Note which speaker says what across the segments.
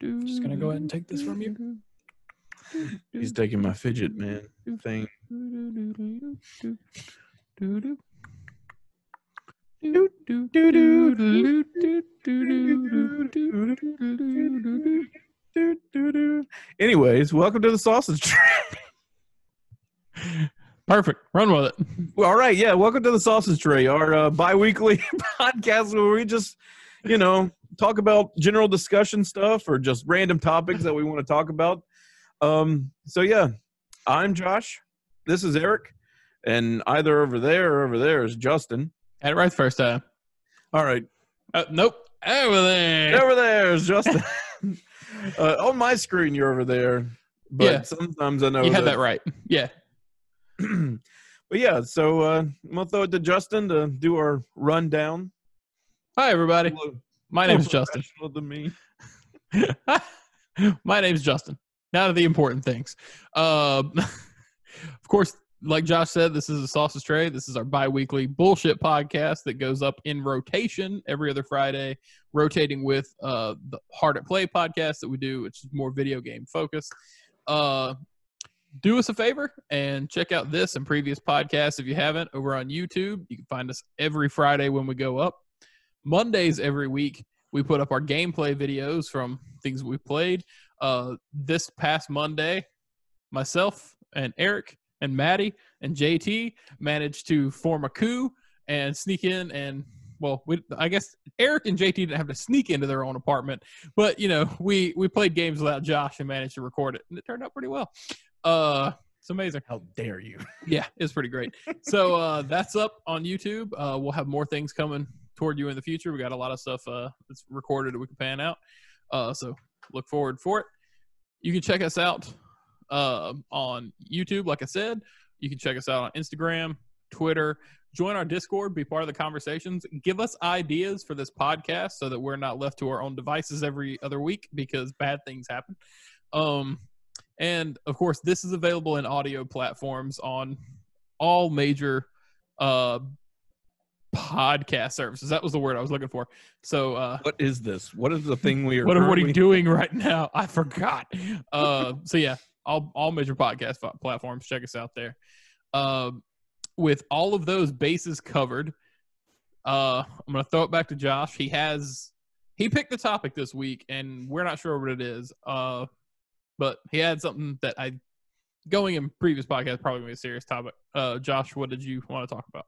Speaker 1: Just gonna go ahead and take this from you.
Speaker 2: He's taking my fidget man thing. Anyways, welcome to the sausage tray.
Speaker 1: Perfect. Run with it.
Speaker 2: All right, yeah, welcome to the sausage tray, our uh, bi-weekly podcast where we just, you know, talk about general discussion stuff or just random topics that we want to talk about. Um, so yeah, I'm Josh. This is Eric, and either over there or over there is Justin.
Speaker 1: Had it right the first time.
Speaker 2: All right,
Speaker 1: Uh, nope. Over there.
Speaker 2: over there is Justin. uh, on my screen, you're over there, but
Speaker 1: Yeah.
Speaker 2: sometimes I know
Speaker 1: You had that right. Yeah.
Speaker 2: right. but yeah, so uh, I'm gonna throw it to Justin to do our rundown.
Speaker 1: Hi, everybody.
Speaker 2: Hello.
Speaker 1: My name's Justin.
Speaker 2: Professional To me.
Speaker 1: My name's Justin. Now to the important things. Um, of course, like Josh said, this is a sausage tray. This is our bi weekly bullshit podcast that goes up in rotation every other Friday, rotating with uh, the Hard at Play podcast that we do, which is more video game focused. Uh, do us a favor and check out this and previous podcasts if you haven't over on YouTube. You can find us every Friday when we go up. Mondays every week, we put up our gameplay videos from things we played. Uh, this past Monday, myself and Eric and Maddie and JT managed to form a coup and sneak in and well, we, I guess Eric and JT didn't have to sneak into their own apartment, but you know we we played games without Josh and managed to record it, and it turned out pretty well. Uh, it's amazing.
Speaker 2: How dare you?
Speaker 1: Yeah, it's pretty great. so uh, that's up on YouTube. Uh, we'll have more things coming toward you in the future. We got a lot of stuff uh, that's recorded that we can pan out. Uh, so look forward for it. You can check us out uh, on YouTube, like I said. You can check us out on Instagram, Twitter. Join our Discord, be part of the conversations. Give us ideas for this podcast so that we're not left to our own devices every other week because bad things happen. Um, and of course, this is available in audio platforms on all major uh, podcast services. That was the word I was looking for. So, uh,
Speaker 2: What is this? What is the thing we are?
Speaker 1: what, are- what are
Speaker 2: currently-
Speaker 1: you doing right now? I forgot. Uh, so yeah, all all major podcast fa- platforms. Check us out there. Um, with all of those bases covered, uh, I'm gonna throw it back to Josh. He has he picked the topic this week, and we're not sure what it is. Uh, but he had something that I going in previous podcast probably gonna be a serious topic. Uh, Josh, what did you want to talk about?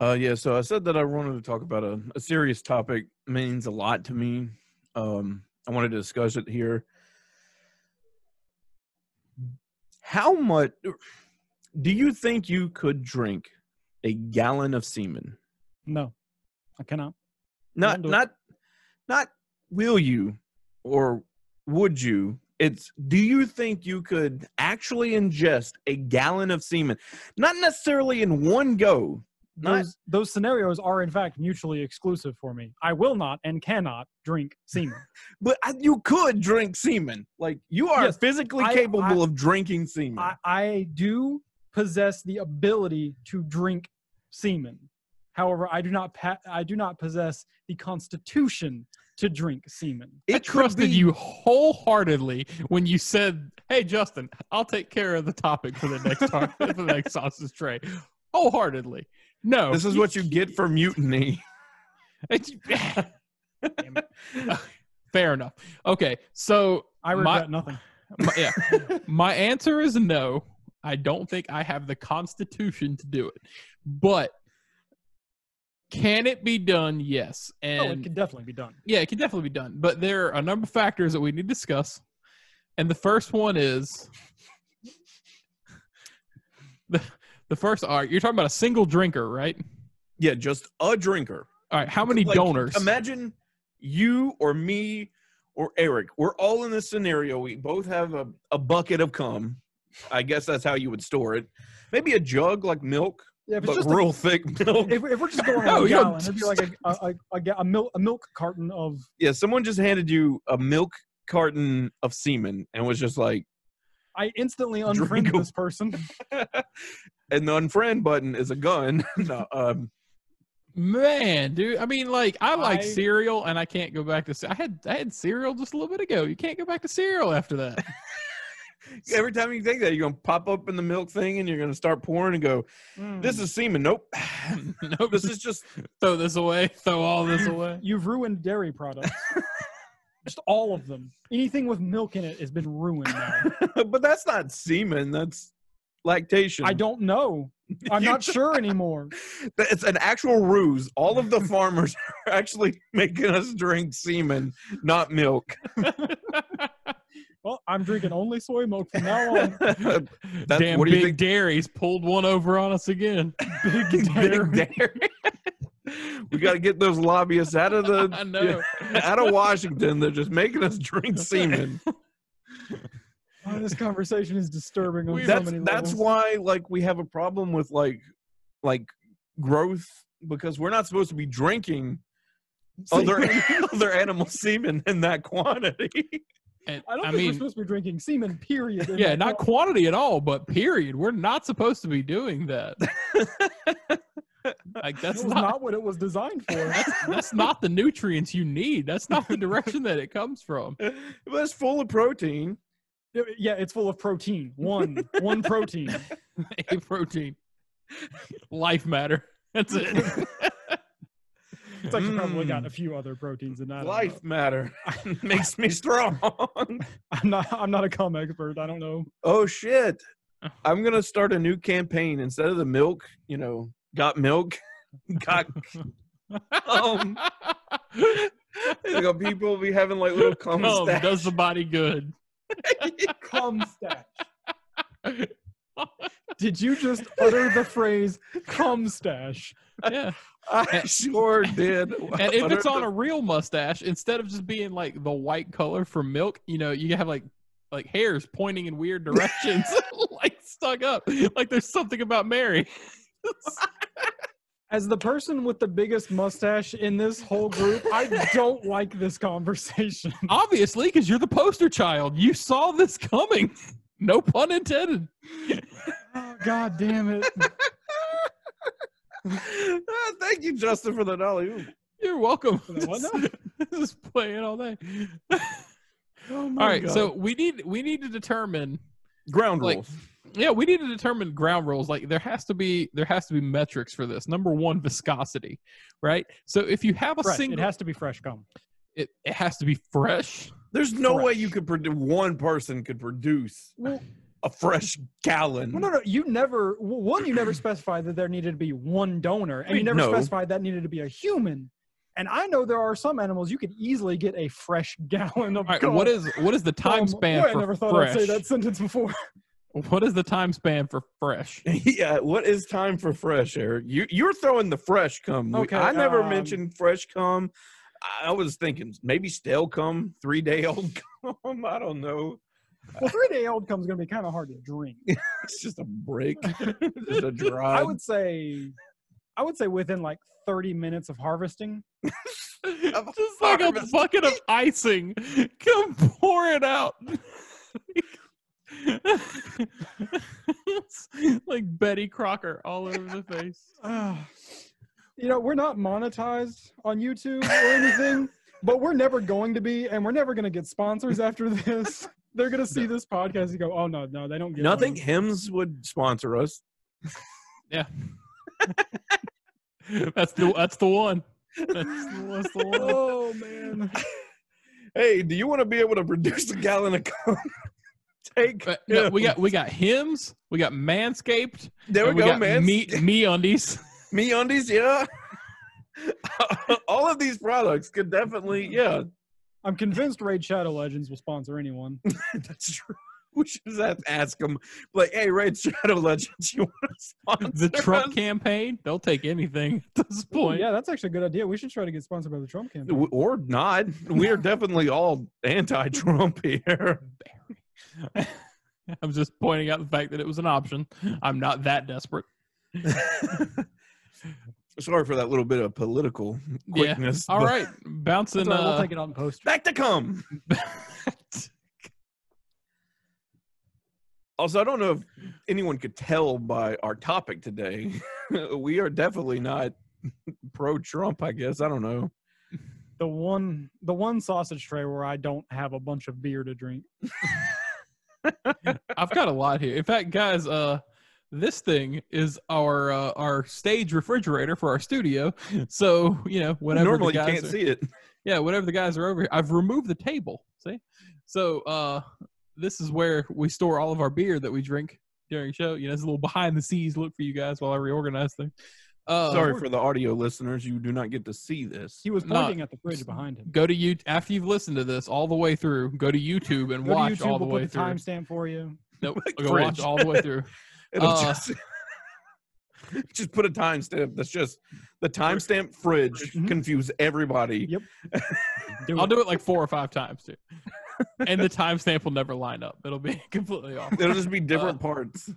Speaker 2: Uh, yeah, so I said that I wanted to talk about a, a serious topic means a lot to me. Um, I wanted to discuss it here. How much do you think you could drink a gallon of semen?
Speaker 3: No, I cannot.
Speaker 2: Not
Speaker 3: Don't do it.
Speaker 2: not not will you or would you? It's do you think you could actually ingest a gallon of semen? Not necessarily in one go. Not-
Speaker 3: Those, those scenarios are, in fact, mutually exclusive for me. I will not and cannot drink semen.
Speaker 2: But I, you could drink semen. Like you are
Speaker 3: Yes,
Speaker 2: physically
Speaker 3: I-
Speaker 2: capable of drinking semen.
Speaker 3: I, I do possess the ability to drink semen. However, I do not. Pa- I do not possess the constitution to drink semen.
Speaker 1: I
Speaker 2: it could
Speaker 1: trusted
Speaker 2: be-
Speaker 1: you wholeheartedly when you said, "Hey, Justin, I'll take care of the topic for the next tar- for the next sausage tray." Wholeheartedly, no.
Speaker 2: This is what you get for mutiny.
Speaker 1: It's- Fair enough. Okay, so
Speaker 3: I
Speaker 1: My-
Speaker 3: regret nothing.
Speaker 1: my, yeah, my answer is no. I don't think I have the constitution to do it, but can it be done? Yes, and
Speaker 3: oh, it could definitely be done.
Speaker 1: Yeah, it can definitely be done. But there are a number of factors that we need to discuss. And the first one is the the first all right, you're talking about a single drinker, right?
Speaker 2: yeah, just a drinker.
Speaker 1: All right, how many
Speaker 2: Like,
Speaker 1: donors?
Speaker 2: Imagine you or me or Eric. We're all in this scenario. We both have a, a bucket of cum. I guess that's how you would store it. Maybe a jug like milk,
Speaker 3: Yeah, if it's
Speaker 2: but
Speaker 3: just a-
Speaker 2: real thick milk.
Speaker 3: if, if we're just going
Speaker 1: No,
Speaker 3: on a
Speaker 1: you don't-
Speaker 3: gallon, it'd be like a a, a, a, ga- a milk a milk carton of
Speaker 2: yeah, someone just handed you a milk carton of semen and was just like,
Speaker 3: I instantly
Speaker 2: Drink
Speaker 3: unfriend
Speaker 2: a-
Speaker 3: this person.
Speaker 2: and the unfriend button is a gun. no, um,
Speaker 1: Man, dude. I mean, like, I like
Speaker 3: I-
Speaker 1: cereal, and I can't go back to. ce- I had I had cereal just a little bit ago. You can't go back to cereal after that.
Speaker 2: Every time you take that, you're gonna pop open the milk thing and you're gonna start pouring and go, "This is semen." Nope.
Speaker 1: nope.
Speaker 2: this is just
Speaker 1: throw this away. Throw all this away.
Speaker 3: You've ruined dairy products. Just all of them. Anything with milk in it has been ruined now.
Speaker 2: but that's not semen. That's lactation.
Speaker 3: I don't know. I'm
Speaker 2: You
Speaker 3: not sure anymore.
Speaker 2: That- It's an actual ruse. All of the farmers are actually making us drink semen, not milk.
Speaker 3: Well, I'm drinking only soy milk from now on.
Speaker 2: Big
Speaker 1: Damn
Speaker 2: what do you
Speaker 1: big
Speaker 2: think-
Speaker 1: dairies pulled one over on us again. Big
Speaker 2: dairy. we got to get those lobbyists out of
Speaker 1: I
Speaker 2: the
Speaker 1: know.
Speaker 2: out of Washington. They're just making us drink semen.
Speaker 3: Oh, this conversation is disturbing on
Speaker 1: We-
Speaker 3: so
Speaker 2: That's
Speaker 3: many
Speaker 2: that's
Speaker 3: levels.
Speaker 2: why like we have a problem with like like growth because we're not supposed to be drinking other other animal semen in that quantity.
Speaker 1: And,
Speaker 3: I don't
Speaker 1: I
Speaker 3: think we're
Speaker 1: mean,
Speaker 3: supposed to be drinking semen. Period. in
Speaker 1: yeah,
Speaker 3: that
Speaker 1: not
Speaker 3: co-
Speaker 1: quantity at all, but period. We're not supposed to be doing that. like
Speaker 3: That
Speaker 1: that's
Speaker 3: was
Speaker 1: not,
Speaker 3: not what it was designed for.
Speaker 1: that's, that's not the nutrients you need. That's not the direction that it comes from.
Speaker 2: but it's full of protein.
Speaker 3: yeah, it's full of protein. One, one protein.
Speaker 1: A protein, life matter. That's it.
Speaker 3: It's actually probably got
Speaker 2: Mm.
Speaker 3: a few other proteins in that.
Speaker 2: Life matter makes me strong.
Speaker 3: I'm not. I'm not a cum expert. I don't know.
Speaker 2: oh shit! I'm gonna start a new campaign instead of the milk. You know, got milk, got um. You know, people will be having like little comments.
Speaker 1: Cum does the body good.
Speaker 3: Cum stash. Did you just utter the phrase cum stash?
Speaker 1: Yeah.
Speaker 2: I sure did.
Speaker 1: And if it's on
Speaker 2: a
Speaker 1: a real mustache, instead of just being like the white color from milk, you know, you have like like hairs pointing in weird directions, like stuck up. Like there's something about Mary.
Speaker 3: As the person with the biggest mustache in this whole group, I don't like this conversation.
Speaker 1: Obviously, because you're the poster child. You saw this coming. No pun intended.
Speaker 3: Oh, God damn it.
Speaker 2: Ah, thank you, Justin, for the dolly. Ooh.
Speaker 1: You're welcome.
Speaker 3: What now?
Speaker 1: this is playing all day.
Speaker 2: Oh my
Speaker 1: all right,
Speaker 2: God.
Speaker 1: so we need we need to determine
Speaker 2: ground
Speaker 1: like-
Speaker 2: rules.
Speaker 1: yeah we need to determine ground rules like there has to be there has to be metrics for this number one viscosity right so if you have a
Speaker 3: Fresh. It
Speaker 1: single
Speaker 3: has to be fresh cum.
Speaker 1: it, it has to be fresh
Speaker 2: There's no way
Speaker 3: Fresh.
Speaker 2: you could produce. One person could produce
Speaker 3: Well,
Speaker 2: a fresh gallon.
Speaker 3: well, no, no. You never, w- one, you never specified that there needed to be one donor, and you never
Speaker 2: No.
Speaker 3: specified that needed to be a human. And I know there are some animals you could easily get a fresh gallon of
Speaker 1: all right
Speaker 3: cum.
Speaker 1: what is what is the time
Speaker 3: Um,
Speaker 1: span
Speaker 3: boy, I
Speaker 1: for
Speaker 3: never thought
Speaker 1: fresh
Speaker 3: I'd say that sentence before.
Speaker 1: what is the time span for fresh
Speaker 2: yeah, what is time for fresh, Eric? You you're throwing the fresh cum. We-
Speaker 3: Okay,
Speaker 2: I never
Speaker 3: um,
Speaker 2: mentioned fresh cum. I- I was thinking maybe stale cum, three day old cum. I don't know.
Speaker 3: Well, three day old cum is going to be kind of hard to drink.
Speaker 2: It's just a break, just a dry.
Speaker 3: I would say, I would say within like 30 minutes of harvesting.
Speaker 2: Of
Speaker 1: just like a
Speaker 2: harvest.
Speaker 1: bucket of icing come pour it out It's like betty crocker all over the face
Speaker 3: you know, we're not monetized on YouTube or anything, but we're never going to be, and we're never going to get sponsors after this. They're going to see this podcast and go, oh, no, no, they don't get
Speaker 2: Nothing
Speaker 3: money."
Speaker 2: hymns would sponsor us.
Speaker 1: that's the that's the one that's, that's the one
Speaker 3: Oh, man.
Speaker 2: Hey, do you want to be able to produce a gallon of cum? Take
Speaker 1: But no, we
Speaker 2: hymns.
Speaker 1: got we got hymns, we got manscaped.
Speaker 2: there we,
Speaker 1: and
Speaker 2: go,
Speaker 1: got
Speaker 2: man.
Speaker 1: Me, me undies.
Speaker 2: Me undies, yeah. All of these products could definitely, yeah.
Speaker 3: I'm convinced Raid Shadow Legends will sponsor anyone.
Speaker 2: That's true. We should just have to ask them, like, hey, Red Shadow Legends, you want to
Speaker 1: The
Speaker 2: sponsor
Speaker 1: Trump
Speaker 2: us?
Speaker 1: campaign, they'll take anything at this
Speaker 3: Boy,
Speaker 1: point.
Speaker 3: yeah, that's actually a good idea. We should try to get sponsored by the Trump campaign.
Speaker 2: W- Or not. We are definitely all anti-Trump here.
Speaker 1: I'm just pointing out the fact that it was an option. I'm not that desperate.
Speaker 2: Sorry for that little bit of political
Speaker 1: Yeah.
Speaker 2: quickness.
Speaker 1: All
Speaker 2: but-
Speaker 1: right, bouncing.
Speaker 3: That's all right, we'll
Speaker 1: uh,
Speaker 3: take it on post.
Speaker 2: Back to cum. Also, I don't know if anyone could tell by our topic today. we are definitely not pro Trump, I guess. I don't know.
Speaker 3: The one, the one sausage tray where I don't have a bunch of beer to drink.
Speaker 1: I've got a lot here. In fact, guys, uh, this thing is our uh, our stage refrigerator for our studio. So you know, whenever
Speaker 2: Normally
Speaker 1: the
Speaker 2: you
Speaker 1: guys
Speaker 2: can't
Speaker 1: are,
Speaker 2: see it.
Speaker 1: yeah, whenever the guys are over here, I've removed the table. See, so uh, this is where we store all of our beer that we drink during show. You know, it's a little behind the scenes look for you guys while I reorganize things. Uh,
Speaker 2: Sorry for the audio listeners. You do not get to see this.
Speaker 3: He was
Speaker 1: Nah.
Speaker 3: pointing at the fridge behind him.
Speaker 1: Go to you after you've listened to this all the way through. Go to YouTube and
Speaker 3: Go
Speaker 1: watch
Speaker 3: to YouTube.
Speaker 1: all the
Speaker 3: we'll
Speaker 1: way
Speaker 3: put the
Speaker 1: through.
Speaker 3: timestamp for you.
Speaker 1: Nope, go watch
Speaker 2: Fridge.
Speaker 1: all the way through.
Speaker 2: It'll
Speaker 1: Uh,
Speaker 2: just, just put a timestamp. That's just the timestamp fridge
Speaker 1: Mm-hmm.
Speaker 3: Mhm.
Speaker 2: confuse everybody.
Speaker 3: Yep. Do
Speaker 1: I'll
Speaker 3: it.
Speaker 1: do it like four or five times, dude. and the timestamp will never line up. It'll be completely off.
Speaker 2: It'll just be different parts.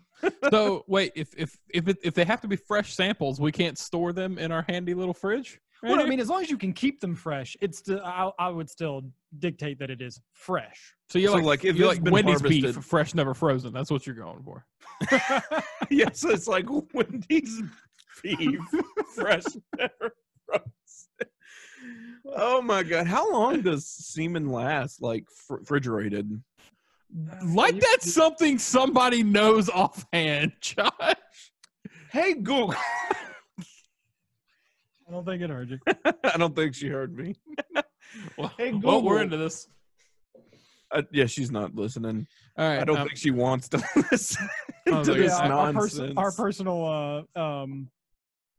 Speaker 1: So wait, if if if it, if they have to be fresh samples, we can't store them in our handy little fridge. right
Speaker 3: Well, I
Speaker 1: here?
Speaker 3: mean, as long as you can keep them fresh, it's. Still, I, I would still dictate that it is fresh.
Speaker 1: so you're
Speaker 2: so,
Speaker 1: like,
Speaker 2: like, if
Speaker 1: you're
Speaker 2: it's
Speaker 1: like
Speaker 2: been
Speaker 1: Wendy's beef,
Speaker 2: harvested-
Speaker 1: fresh, never frozen. That's what you're going for.
Speaker 2: yes, it's like Wendy's beef, fresh pepper frozen. Oh my god! How long does semen last? Like fr- refrigerated?
Speaker 1: Like
Speaker 3: Uh, you-
Speaker 1: that's something somebody knows offhand, Josh.
Speaker 2: Hey Google.
Speaker 3: I don't think it hurt you.
Speaker 2: I don't think she heard me.
Speaker 1: Well,
Speaker 2: Hey,
Speaker 1: well,
Speaker 2: Google.
Speaker 1: we're into this.
Speaker 2: Uh, yeah, she's not listening.
Speaker 1: All right,
Speaker 2: I don't
Speaker 1: um,
Speaker 2: think she wants to listen
Speaker 1: Oh,
Speaker 2: to
Speaker 1: yeah,
Speaker 2: this
Speaker 1: our-
Speaker 3: our,
Speaker 2: nonsense.
Speaker 3: person, our personal uh, um,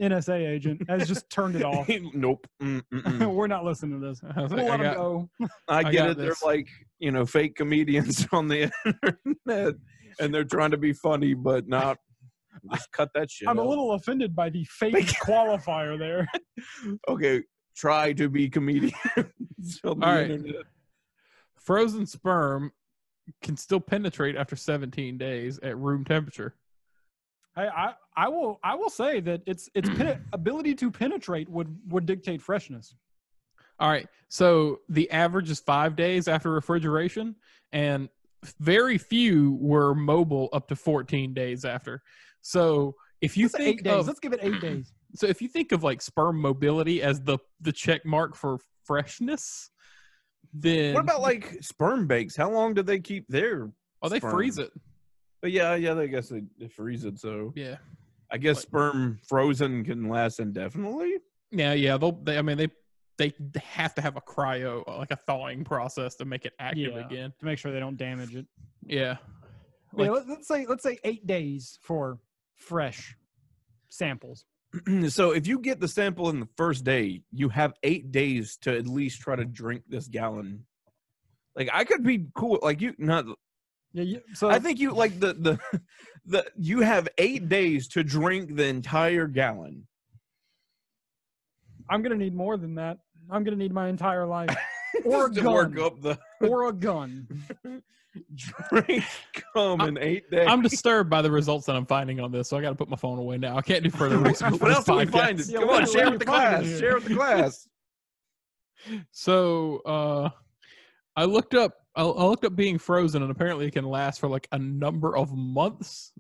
Speaker 3: NSA agent has just turned it off.
Speaker 2: nope. Mm, mm, mm.
Speaker 3: We're not listening to this.
Speaker 1: I was like,
Speaker 3: We'll
Speaker 1: I
Speaker 3: let him
Speaker 1: got-
Speaker 3: go.
Speaker 2: I
Speaker 1: I
Speaker 2: get
Speaker 1: got
Speaker 2: it.
Speaker 1: this.
Speaker 2: They're like, you know, fake comedians on the internet and they're trying to be funny, but not just cut that shit.
Speaker 3: I'm a
Speaker 2: out.
Speaker 3: little offended by the fake qualifier there.
Speaker 2: okay. Try to be comedians on the
Speaker 1: All right.
Speaker 2: internet.
Speaker 1: frozen sperm can still penetrate after 17 days at room temperature.
Speaker 3: I, I, I will I will say that its its pen- ability to penetrate would would dictate freshness.
Speaker 1: All right. So the average is five days after refrigeration, and very few were mobile up to 14 days after. So if you
Speaker 3: Let's say eight
Speaker 1: think
Speaker 3: days.
Speaker 1: of,
Speaker 3: Let's give it eight days.
Speaker 1: so if you think of like sperm mobility as the the check mark for freshness, then
Speaker 2: What about like sperm bakes? How long do they keep their?
Speaker 1: oh they
Speaker 2: sperm?
Speaker 1: freeze it?
Speaker 2: But yeah, yeah, I guess they, they freeze it. So
Speaker 1: Yeah.
Speaker 2: I guess
Speaker 1: Like-
Speaker 2: sperm frozen can last indefinitely.
Speaker 1: Yeah, yeah. They'll. They, I mean, they they have to have a cryo, like a thawing process to make it active
Speaker 3: Yeah.
Speaker 1: again.
Speaker 3: to make sure they don't damage it.
Speaker 1: Yeah. Like-
Speaker 3: Yeah, let- let's say let's say eight days for fresh samples.
Speaker 2: so if you get the sample in the first day, you have eight days to at least try to drink this gallon. Like I could be cool. Like you, not.
Speaker 3: Yeah, you, so
Speaker 2: I think you like the the the you have eight days to drink the entire gallon.
Speaker 3: I'm gonna need more than that. I'm gonna need my entire life, or a
Speaker 2: Just to work
Speaker 3: gun,
Speaker 2: up the
Speaker 3: or a gun.
Speaker 2: drink cum in eight days.
Speaker 1: I'm disturbed by the results that I'm finding on this, so I got to put my phone away now. I can't do further research. for
Speaker 2: what
Speaker 1: this
Speaker 2: else do we
Speaker 1: podcast.
Speaker 2: find?
Speaker 3: Yeah,
Speaker 2: Come
Speaker 3: what
Speaker 2: on,
Speaker 3: do
Speaker 2: share
Speaker 3: we
Speaker 2: with the
Speaker 3: find
Speaker 2: class.
Speaker 3: here?
Speaker 2: Share with the class.
Speaker 1: So, uh, I looked up. I, I looked up being frozen, and apparently, it can last for like a number of months,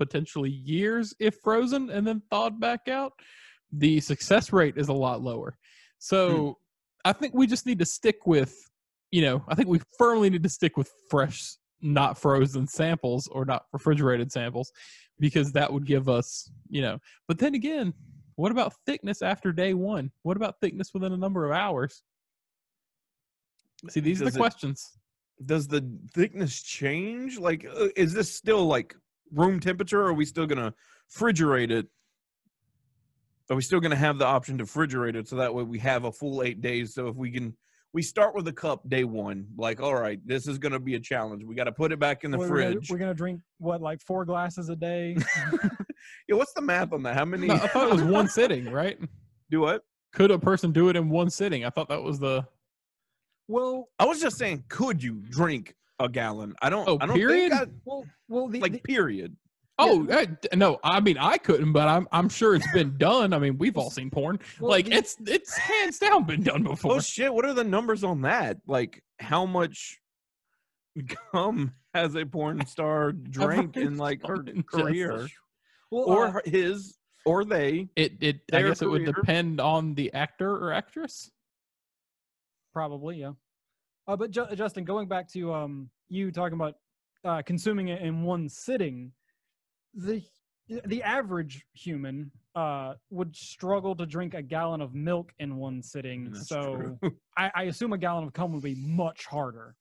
Speaker 1: potentially years, if frozen and then thawed back out. The success rate is a lot lower. So, I think we just need to stick with, you know, I think we firmly need to stick with fresh, not frozen samples or not refrigerated samples, because that would give us, you know. But then again, what about thickness after day one? What about thickness within a number of hours? See, these are
Speaker 2: Does
Speaker 1: the
Speaker 2: it-
Speaker 1: questions.
Speaker 2: Does the thickness change? Like, uh, is this still like room temperature? Or are we still gonna refrigerate it? Are we still gonna have the option to refrigerate it so that way we have a full eight days? So if we can, we start with a cup day one. Like, all right, this is gonna be a challenge. We got to put it back in the
Speaker 3: we're, Gonna,
Speaker 2: fridge.
Speaker 3: we're gonna drink what like four glasses a day.
Speaker 2: yeah, what's the math on that? How many
Speaker 1: No, I thought it was one sitting, right?
Speaker 2: do what?
Speaker 1: Could a person do it in one sitting? I thought that was the
Speaker 3: well,
Speaker 2: I was just saying, could you drink a gallon? I don't.
Speaker 1: Oh,
Speaker 2: I don't
Speaker 1: period?
Speaker 2: think
Speaker 3: well, well,
Speaker 2: I,
Speaker 3: the,
Speaker 2: like
Speaker 3: the-
Speaker 2: period.
Speaker 1: oh I- d- no. I mean, I couldn't, but I'm I'm sure it's been done. I mean, we've all seen porn.
Speaker 3: well,
Speaker 1: like
Speaker 3: the-
Speaker 1: it's it's hands down been done before.
Speaker 2: Oh shit! What are the numbers on that? Like how much cum has a porn star drank in like her
Speaker 1: Fucking
Speaker 2: career
Speaker 1: Jesus.
Speaker 3: well,
Speaker 2: or
Speaker 3: uh,
Speaker 2: her- his? or they.
Speaker 1: It it I
Speaker 2: Their
Speaker 1: guess it would
Speaker 2: career.
Speaker 1: depend on the actor or actress.
Speaker 3: Probably, yeah. Uh, but Ju- Justin, going back to um, you talking about uh, consuming it in one sitting, the the average human uh, would struggle to drink a gallon of milk in one sitting.
Speaker 1: That's
Speaker 3: so I, I assume a gallon of cum would be much harder.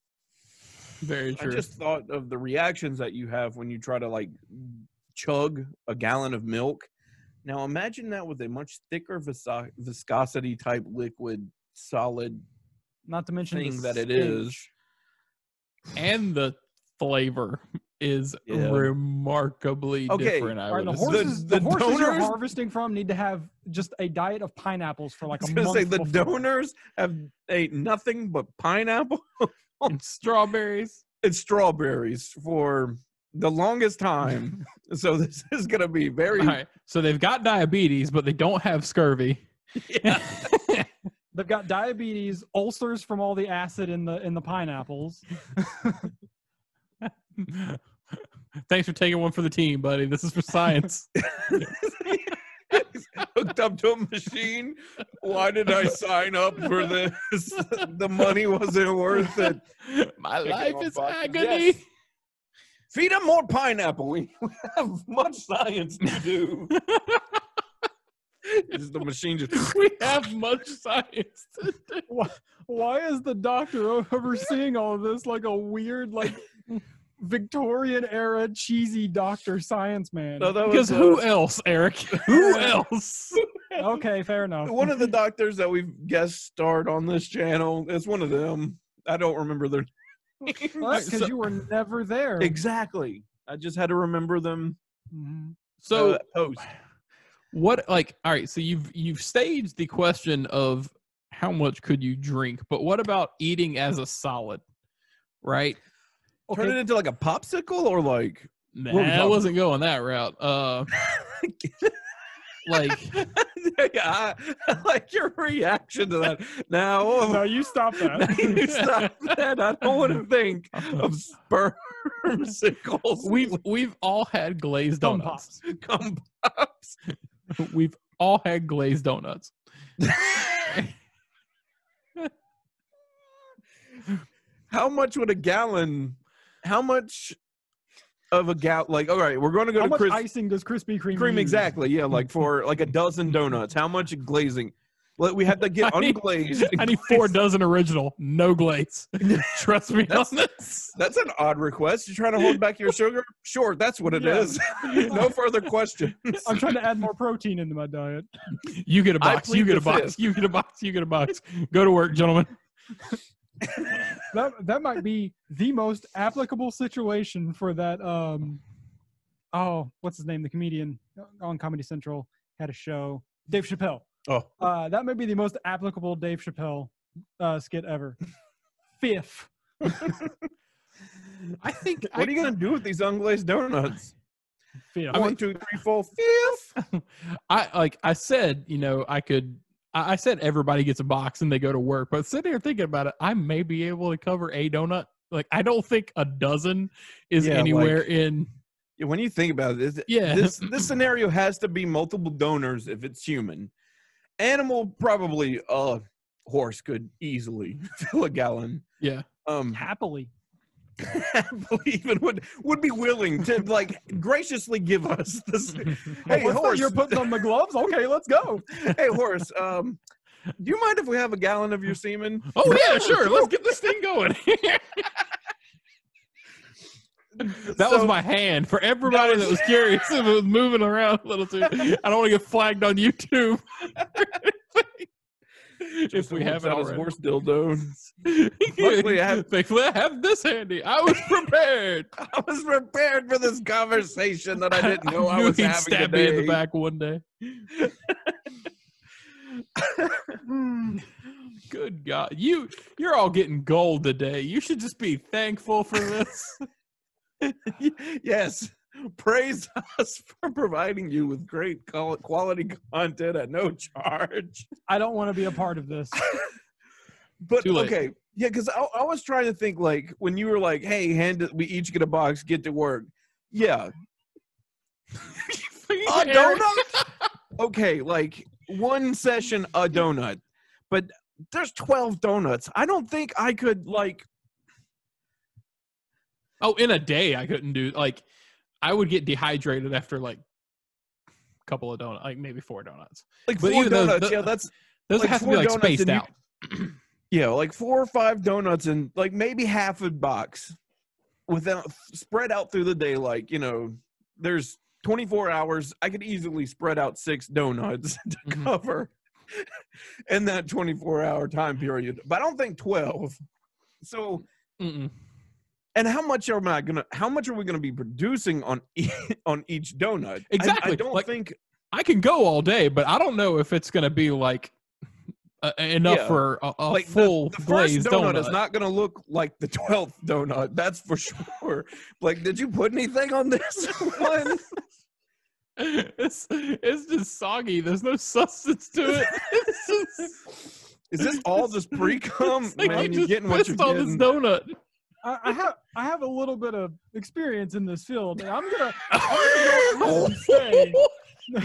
Speaker 1: Very
Speaker 2: I
Speaker 1: true.
Speaker 2: just thought of the reactions that you have when you try to like chug a gallon of milk. Now imagine that with a much thicker visco- viscosity type liquid solid
Speaker 3: Not to mention the
Speaker 2: thing that it
Speaker 3: stench.
Speaker 2: is.
Speaker 1: and the flavor is
Speaker 2: Yeah.
Speaker 1: remarkably
Speaker 2: Okay,
Speaker 1: different. I
Speaker 3: Are
Speaker 1: would
Speaker 3: the
Speaker 1: assume.
Speaker 3: horses
Speaker 2: The-
Speaker 3: the,
Speaker 2: the
Speaker 3: horses you're
Speaker 2: donors-
Speaker 3: harvesting from need to have just a diet of pineapples for like
Speaker 2: I was
Speaker 3: a
Speaker 2: gonna
Speaker 3: month.
Speaker 2: say the
Speaker 3: before.
Speaker 2: donors have ate nothing but pineapple
Speaker 1: and strawberries.
Speaker 2: and strawberries for the longest time. so this is gonna be very
Speaker 1: All right, so they've got diabetes, but they don't have scurvy.
Speaker 3: They've got diabetes, ulcers from all the acid in the in the pineapples.
Speaker 1: Thanks for taking one for the team, buddy. This is for science.
Speaker 2: hooked up to a machine. Why did I sign up for this? the money wasn't worth it.
Speaker 1: My
Speaker 2: Taking
Speaker 1: life
Speaker 2: one
Speaker 1: is
Speaker 2: box.
Speaker 1: agony.
Speaker 2: Yes. Feed them more pineapple. We have much science to do. Just the machine just
Speaker 1: We have much science. to do.
Speaker 3: why, why is the doctor o- overseeing all of this like a weird like Victorian era cheesy doctor science man?
Speaker 2: So that
Speaker 1: Because
Speaker 2: was,
Speaker 1: who
Speaker 2: uh,
Speaker 1: else, Eric? Who else?
Speaker 3: okay, fair
Speaker 1: uh,
Speaker 3: enough.
Speaker 2: one of the doctors that we've guest starred on this channel. It's one of them. I don't remember their
Speaker 3: because
Speaker 1: so-
Speaker 3: you were never there.
Speaker 2: exactly. I just had to remember them.
Speaker 3: Mhm.
Speaker 1: So
Speaker 2: uh, post.
Speaker 1: what like all right so you've you've staged the question of how much could you drink but what about eating as a solid right
Speaker 2: turn it
Speaker 3: Okay,
Speaker 2: into like a popsicle or like
Speaker 1: nah,
Speaker 2: What are we
Speaker 1: i
Speaker 2: talking
Speaker 1: wasn't going that route uh like
Speaker 2: yeah, I, I like your reaction to that. Now, oh,
Speaker 3: no, you stop
Speaker 2: now
Speaker 3: that.
Speaker 2: you stop that. I don't want to think of spermicles.
Speaker 1: we've we've all had glazed
Speaker 3: Dumb
Speaker 1: donuts
Speaker 3: pops.
Speaker 2: come pops.
Speaker 1: we've all had glazed donuts
Speaker 2: How much would a gallon? How much of a gal? Like, all right, we're going to go
Speaker 3: How
Speaker 2: to
Speaker 3: much
Speaker 2: Chris.
Speaker 3: icing does Krispy Kreme?
Speaker 2: cream
Speaker 3: use?
Speaker 2: exactly yeah like for like a dozen donuts how much glazing like we have to get
Speaker 1: I need-
Speaker 2: unglazed and
Speaker 1: i need four
Speaker 2: glazed.
Speaker 1: dozen original no glaze trust me on this
Speaker 2: that's an odd request you're trying to hold back your sugar sure that's what it
Speaker 3: Yeah.
Speaker 2: is. no further questions
Speaker 3: I'm trying to add more protein into my diet.
Speaker 1: you get a
Speaker 2: I
Speaker 1: box
Speaker 2: plead
Speaker 1: you get
Speaker 2: the
Speaker 1: a box
Speaker 2: fifth.
Speaker 1: you get a box you get a box go to work gentlemen
Speaker 3: that that might be the most applicable situation for that um oh what's his name the comedian on comedy central had a show dave chappelle
Speaker 2: oh
Speaker 3: uh that may be the most applicable dave chappelle uh skit ever fifth
Speaker 1: i think
Speaker 2: what are you gonna do with these unglazed donuts
Speaker 3: fifth
Speaker 1: I mean-
Speaker 2: one two three four fifth
Speaker 1: I like I said, you know, I could I I said everybody gets a box and they go to work, but sitting here thinking about it, I may be able to cover a donut. Like I don't think a dozen is
Speaker 2: Yeah, like-
Speaker 1: anywhere in
Speaker 2: Yeah, when you think about it this,
Speaker 1: Yeah.
Speaker 2: this this scenario has to be multiple donors if it's human animal probably uh horse could easily fill a gallon
Speaker 1: yeah.
Speaker 2: um
Speaker 3: happily
Speaker 2: even would would be willing to like graciously give us this. Hey,
Speaker 3: what's that
Speaker 2: horse.
Speaker 3: you're putting on the gloves okay let's go
Speaker 2: Hey, horse. Um, do you mind if we have a gallon of your semen?
Speaker 1: Oh yeah, sure. Let's get this thing going. That was
Speaker 2: So-
Speaker 1: my hand for everybody that was curious if it was moving around a little too. I don't want to get flagged on YouTube. if we
Speaker 2: Justin whips
Speaker 1: haven't
Speaker 2: out his
Speaker 1: already.
Speaker 2: horse dildo.
Speaker 1: Thankfully,
Speaker 2: I have-
Speaker 1: Thankfully, I have this handy. I was prepared.
Speaker 2: I was prepared for this conversation that I didn't know I,
Speaker 1: knew
Speaker 2: was
Speaker 1: he'd
Speaker 2: having
Speaker 1: stab
Speaker 2: today.
Speaker 1: me in the back one day. Good God, you you're all getting gold today. You should just be thankful for this.
Speaker 2: yes. Praise us for providing you with great qual- quality content at no charge.
Speaker 3: i don't want to be a part of this
Speaker 2: But
Speaker 1: Too late.
Speaker 2: okay, yeah, because I, I was trying to think like when you were like, "Hey, hand it, we each get a box, get to work." Yeah, a
Speaker 1: Eric,
Speaker 2: donut. okay, like one session a donut, but there's 12 donuts. I don't think I could like
Speaker 1: Oh, in a day, I couldn't do like I would get dehydrated after like a couple of donuts, like maybe four donuts.
Speaker 2: like
Speaker 1: But
Speaker 2: four
Speaker 1: even though
Speaker 2: donuts.
Speaker 1: the-
Speaker 2: yeah, that's
Speaker 1: Those
Speaker 2: Like
Speaker 1: have to be
Speaker 2: four
Speaker 1: like
Speaker 2: donuts and
Speaker 1: spaced
Speaker 2: you-
Speaker 1: out.
Speaker 2: yeah, like four or five donuts and like maybe half a box without spread out through the day like, you know, there's 24 hours. I could easily spread out six donuts to
Speaker 1: Mhm.
Speaker 2: cover in that 24 hour time period. But I don't think 12. So
Speaker 1: Mm-mm.
Speaker 2: and how much am I gonna? How much are we gonna be producing on e- on each donut? I- I,
Speaker 1: Exactly,
Speaker 2: don't
Speaker 1: like-
Speaker 2: think.
Speaker 1: I can go all day, but I don't know if it's going to be like uh, enough
Speaker 2: Yeah.
Speaker 1: for a, a
Speaker 2: Like, the-
Speaker 1: full
Speaker 2: The first
Speaker 1: glazed
Speaker 2: donut,
Speaker 1: donut.
Speaker 2: is not gonna look like the twelfth donut. That's for sure. like, did you put anything on this one?
Speaker 1: it's, it's just soggy. There's no substance to it. It's just,
Speaker 2: Is this all just pre cum?
Speaker 1: it's like
Speaker 2: Man,
Speaker 1: you just
Speaker 2: you're getting what you're
Speaker 1: pissed on this
Speaker 2: getting.
Speaker 1: donut.
Speaker 3: I, I have I have a little bit of experience in this field. and I'm gonna
Speaker 2: Oh,
Speaker 3: I'm saying-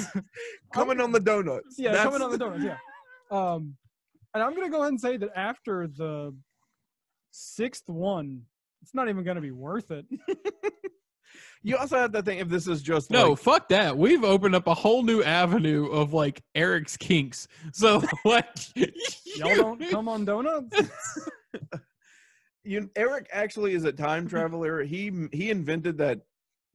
Speaker 2: coming on the donuts.
Speaker 3: yeah,
Speaker 2: That's-
Speaker 3: coming on the donuts. Yeah. Um, and I'm gonna go ahead and say that after the sixth one, it's not even gonna be worth it.
Speaker 2: You also have to think if this is just
Speaker 1: No,
Speaker 2: like-
Speaker 1: fuck that. We've opened up a whole new avenue of like Eric's kinks. So like
Speaker 3: Y'all don't come on donuts.
Speaker 2: you Eric actually is a time traveler. He he invented that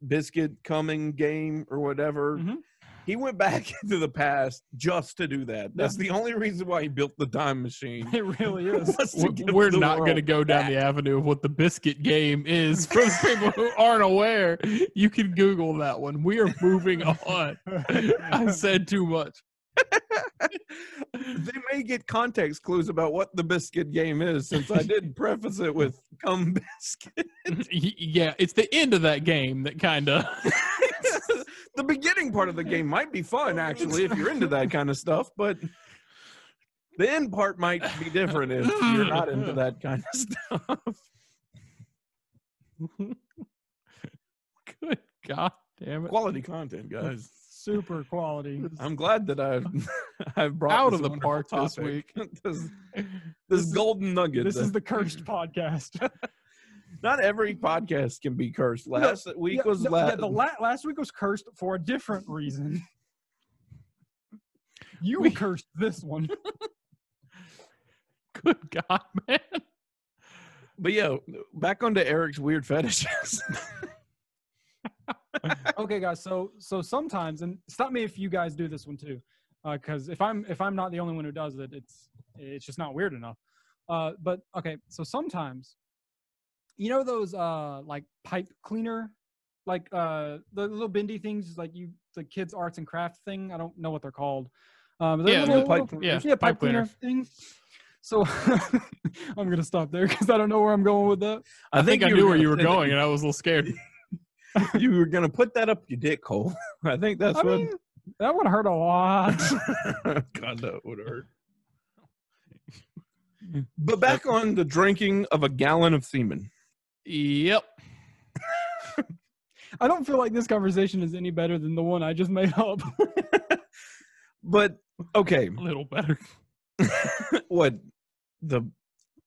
Speaker 2: biscuit coming game or whatever.
Speaker 3: Mhm.
Speaker 2: He went back into the past just to do that. That's the only reason why he built the time machine.
Speaker 3: It really is.
Speaker 2: was to
Speaker 1: W-
Speaker 2: give
Speaker 1: We're
Speaker 2: the
Speaker 1: not
Speaker 2: world
Speaker 1: going to go down the avenue of what the biscuit game is. For the people who aren't aware, you can Google that one. We are moving on. I said too much.
Speaker 2: They may get context clues about what the biscuit game is since I did preface it with "come biscuit."
Speaker 1: yeah, it's the end of that game that kind of.
Speaker 2: the beginning part of the game might be fun actually if you're into that kind of stuff, but the end part might be different if you're not into that kind of stuff.
Speaker 1: Good God damn it.
Speaker 2: quality content, guys.
Speaker 3: Super quality.
Speaker 2: I'm glad that I've I've brought
Speaker 1: Out
Speaker 2: this
Speaker 1: of the
Speaker 2: wonderful
Speaker 1: park this
Speaker 2: topic. this, this
Speaker 3: This is-
Speaker 2: golden nugget.
Speaker 3: This is the cursed podcast.
Speaker 2: not every podcast can be cursed. Last week
Speaker 3: Yeah,
Speaker 2: was
Speaker 3: no,
Speaker 2: la-
Speaker 3: yeah, the la- last week was cursed for a different reason. You
Speaker 1: We-
Speaker 3: cursed this one.
Speaker 1: Good God, man.
Speaker 2: but yeah, back onto Eric's weird fetishes.
Speaker 3: okay, guys. So so sometimes, and stop me if you guys do this one too, because if I'm if I'm not the only one who does it, it's it's just not weird enough. Uh, but okay, so sometimes, you know those uh like pipe cleaner, like uh the little bendy things, like you the kids arts and craft thing. I don't know what they're called. Um, they're
Speaker 1: Yeah,
Speaker 3: little-
Speaker 2: the pipe
Speaker 3: little-
Speaker 1: cleaners.
Speaker 3: yeah, pipe cleaner things. So I'm gonna stop there because I don't know where I'm going with that.
Speaker 1: I, think, I
Speaker 2: you
Speaker 1: knew
Speaker 2: were
Speaker 1: where
Speaker 2: gonna
Speaker 1: you were
Speaker 2: say that
Speaker 1: going, and I was a little scared.
Speaker 2: You were gonna put that up your dick hole. I think that's
Speaker 3: I
Speaker 2: what.
Speaker 3: mean, that would hurt a lot.
Speaker 2: God, that would hurt. But back on the drinking of a gallon of semen.
Speaker 1: Yep.
Speaker 3: I don't feel like this conversation is any better than the one I just made up.
Speaker 2: But okay,
Speaker 1: A little better.
Speaker 2: what the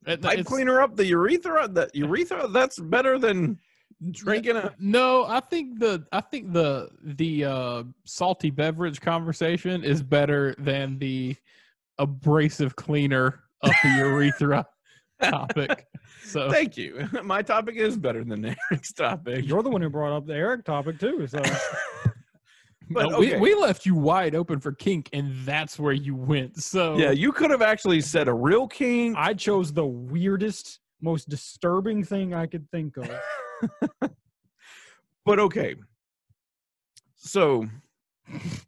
Speaker 1: It-
Speaker 2: pipe
Speaker 1: it's-
Speaker 2: cleaner up the urethra the urethra that's better than drinking a
Speaker 1: No, I think the I think the the uh, salty beverage conversation is better than the abrasive cleaner up the urethra topic. So
Speaker 2: thank you my topic is better than the next topic
Speaker 3: You're the one who brought up the Eric topic too, so
Speaker 2: but
Speaker 1: no,
Speaker 2: okay.
Speaker 1: we, we left you wide open for kink, and that's where you went. So
Speaker 2: yeah you could have actually said a real king
Speaker 3: I chose the weirdest, most disturbing thing I could think of.
Speaker 2: but okay so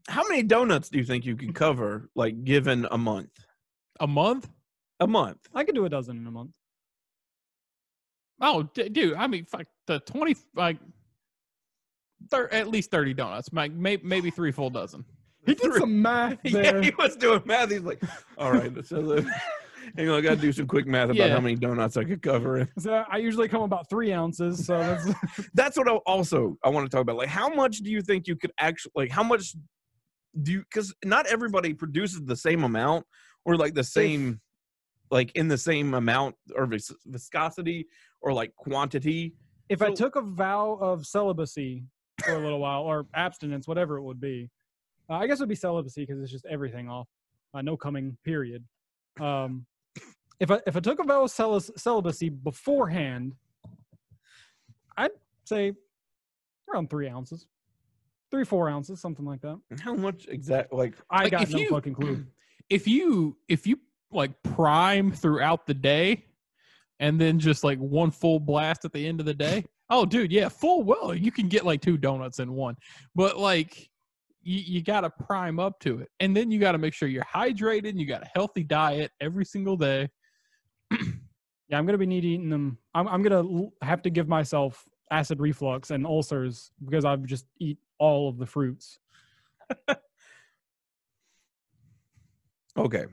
Speaker 2: how many donuts do you think you could cover like given a month
Speaker 1: a month.
Speaker 2: a month
Speaker 3: I could do a dozen in a month.
Speaker 1: Oh, d- dude, I mean, fuck the twenty like. Thir- at least 30 donuts like may- maybe three full dozen
Speaker 3: He did some math
Speaker 2: yeah
Speaker 3: there.
Speaker 2: he was doing math he's like all right so the, hang on i gotta do some quick math about
Speaker 1: Yeah.
Speaker 2: how many donuts i could cover
Speaker 3: So I usually come about three ounces, so that's
Speaker 2: that's what I also I want to talk about. Like, how much do you think you could actually like? How much do you because not everybody produces the same amount or like the same like in the same amount or vis- viscosity or like quantity
Speaker 3: If I
Speaker 2: So-
Speaker 3: took a vow of celibacy for a little while, or abstinence, whatever it would be, uh, I guess it would be celibacy because it's just everything off. Uh, no coming, period. Um, if I if I took a vow of celis- celibacy beforehand, I'd say around three ounces, three four ounces, something like that.
Speaker 2: how much exact like
Speaker 3: I
Speaker 1: Like,
Speaker 3: got
Speaker 1: if
Speaker 3: no
Speaker 1: you-
Speaker 3: fucking clue.
Speaker 1: if you if you like prime throughout the day and then just like one full blast at the end of the day oh dude yeah full well you can get like two donuts in one but like you, you got to prime up to it and then you got to make sure you're hydrated and you got a healthy diet every single day
Speaker 3: Yeah, I'm gonna be need eating them. I'm I'm gonna l- have to give myself acid reflux and ulcers because I've just eat all of the fruits.
Speaker 2: okay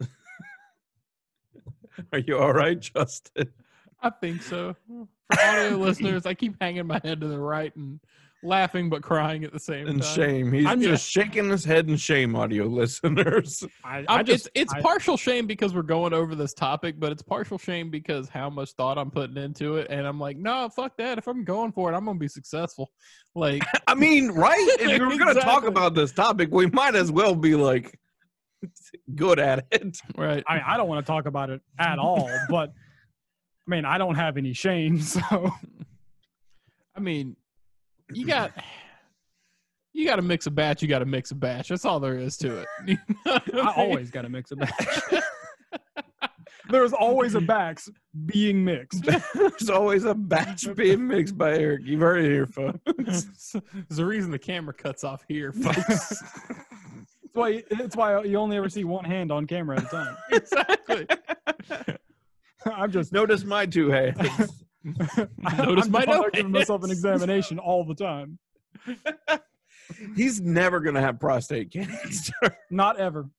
Speaker 2: are you all right justin
Speaker 1: i think so for audio listeners i keep hanging my head to the right and laughing but crying at the same
Speaker 2: in
Speaker 1: time
Speaker 2: shame he's
Speaker 1: I'm-
Speaker 2: just shaking his head in shame audio listeners
Speaker 3: I,
Speaker 1: I'm-
Speaker 3: I just
Speaker 1: it's it's
Speaker 3: I-
Speaker 1: partial shame because we're going over this topic, but it's partial shame because how much thought I'm putting into it, and I'm like, no, fuck that. If I'm going for it, I'm gonna be successful. Like,
Speaker 2: i mean right if we're gonna talk
Speaker 1: Exactly.
Speaker 2: about this topic we might as well be like good at it
Speaker 1: right?
Speaker 3: I mean, I don't want to talk about it at all, but I mean, I don't have any shame, so
Speaker 1: I mean, you got you got to mix a batch. You got to mix a batch. That's all there is to it. You know what
Speaker 3: I
Speaker 1: mean?
Speaker 3: always got to mix a batch. There's always a backs being mixed.
Speaker 2: There's always a batch being mixed by Eric. You've heard it here, folks.
Speaker 1: There's a reason the camera cuts off here, folks.
Speaker 3: That's why. That's why you only ever see one hand on camera at a time.
Speaker 1: exactly.
Speaker 3: I'm just
Speaker 2: Notice my two hands.
Speaker 1: Notice
Speaker 3: I'm
Speaker 1: my
Speaker 3: just out
Speaker 1: no
Speaker 3: there giving myself an
Speaker 1: hands.
Speaker 3: examination all the time.
Speaker 2: He's never gonna have prostate cancer.
Speaker 3: Not ever.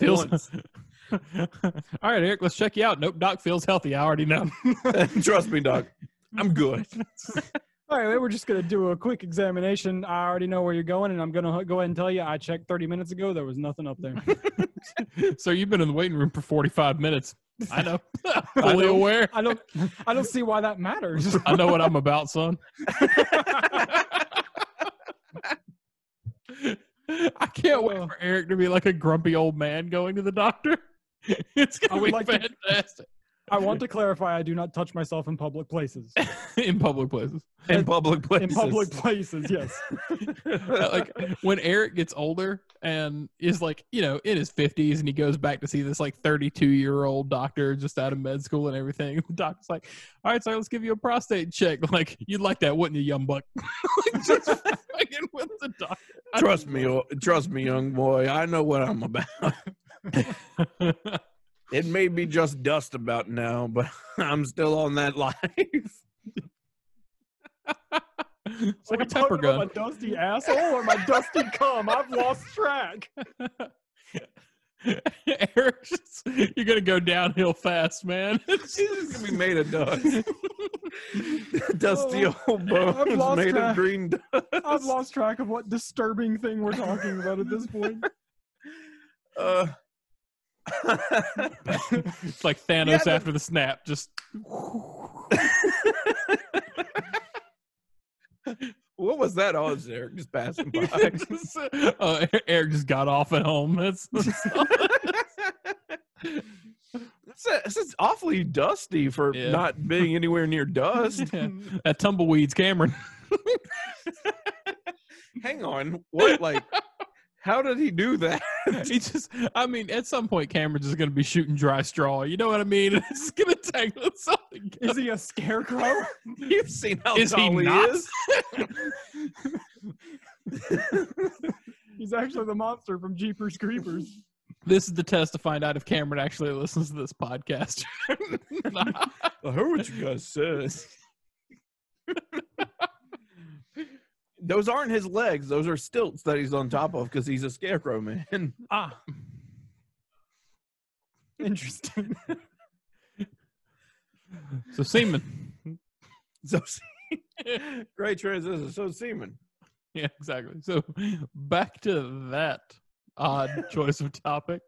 Speaker 1: Feels- all right, Eric, let's check you out. Nope, Doc feels healthy. I already know.
Speaker 2: Trust me, Doc. I'm good.
Speaker 3: All right, we're just gonna do a quick examination. I already know where you're going, and I'm gonna h- go ahead and tell you. I checked 30 minutes ago. There was nothing up there.
Speaker 1: So you've been in the waiting room for 45 minutes. I know. Fully
Speaker 3: know.
Speaker 1: aware.
Speaker 3: I don't. I don't see why that matters.
Speaker 1: I know what I'm about, son. I can't wait
Speaker 3: Oh.
Speaker 1: for Eric to be like a grumpy old man going to the doctor. It's
Speaker 3: I
Speaker 1: gonna
Speaker 3: would
Speaker 1: be
Speaker 3: like to-
Speaker 1: fantastic
Speaker 3: I want to clarify. I do not touch myself in public places.
Speaker 1: in public places.
Speaker 2: In public
Speaker 3: In
Speaker 2: places.
Speaker 3: public places, yes.
Speaker 1: like when Eric gets older and is like, you know, in his fifties and he goes back to see this like thirty two year old doctor just out of med school and everything. The doctor's like, All right, sir, let's give you a prostate check. Like, you'd like that, wouldn't you, young buck? like just fucking with the doctor.
Speaker 2: Trust me, o- trust me, young boy. I know what I'm about. It may be just dust about now, but I'm still on that life.
Speaker 1: it's
Speaker 3: Are
Speaker 1: like
Speaker 3: we
Speaker 1: a pepper
Speaker 3: talking about
Speaker 1: gun.
Speaker 3: My dusty asshole or my dusty cum? I've lost track.
Speaker 1: Eric, just- you're gonna go downhill fast, man.
Speaker 2: He's just gonna be made of dust. Dusty
Speaker 3: Oh,
Speaker 2: old bones
Speaker 3: lost
Speaker 2: made
Speaker 3: track.
Speaker 2: of green dust.
Speaker 3: I've lost track of what disturbing thing we're talking about at this point.
Speaker 2: Uh,
Speaker 1: it's like Thanos
Speaker 2: Yeah, but-
Speaker 1: after the snap, just
Speaker 2: what was that? Oh, it's Eric just passing by.
Speaker 1: Just, uh, Eric just got off at home. That's, that's all.
Speaker 2: This is- this is awfully dusty for
Speaker 1: Yeah.
Speaker 2: not being anywhere near dust.
Speaker 1: Yeah. that tumbleweed's Cameron.
Speaker 2: Hang on, what? Like, how did he do that?
Speaker 1: he just, I mean, at some point, Cameron's just gonna be shooting dry straw. You know what I mean? It's gonna tangle something.
Speaker 3: Is he a scarecrow?
Speaker 2: You've seen how
Speaker 1: Is he
Speaker 2: tall he,
Speaker 1: not?
Speaker 2: is.
Speaker 3: He's actually the monster from Jeepers Creepers.
Speaker 1: This is the test to find out if Cameron actually listens to this podcast. Nah.
Speaker 2: I heard what you guys said. Those aren't his legs. Those are stilts that he's on top of because he's a scarecrow man.
Speaker 3: Ah. Interesting.
Speaker 1: So, Seaman,
Speaker 2: So, great transition. So, Seaman,
Speaker 1: Yeah, exactly. So back to that odd choice of topic.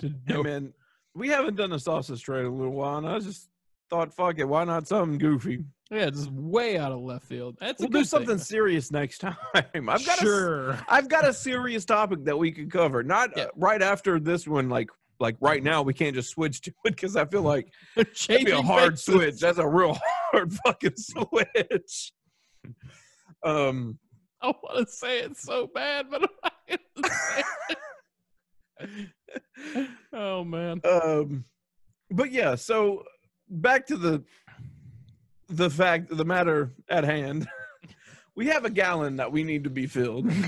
Speaker 1: To
Speaker 2: Hey,
Speaker 1: know-
Speaker 2: man, we haven't done a sausage trade in a little while, and I just thought, fuck it, why not something goofy?
Speaker 1: yeah, just way out of left field. That's a
Speaker 2: we'll do
Speaker 1: good thing,
Speaker 2: something
Speaker 1: though.
Speaker 2: serious next time. I've got a,
Speaker 1: sure.
Speaker 2: I've got a serious topic that we could cover. Not
Speaker 1: Yeah.
Speaker 2: uh, right after this one, like like right now. We can't just switch to it because I feel like
Speaker 1: Changing
Speaker 2: that'd be a hard
Speaker 1: faces.
Speaker 2: switch. That's a real hard fucking switch. Um.
Speaker 1: I want to say it so bad, but I'm not gonna say it. oh man,
Speaker 2: um but yeah so back to the the fact the matter at hand we have a gallon that we need to be filled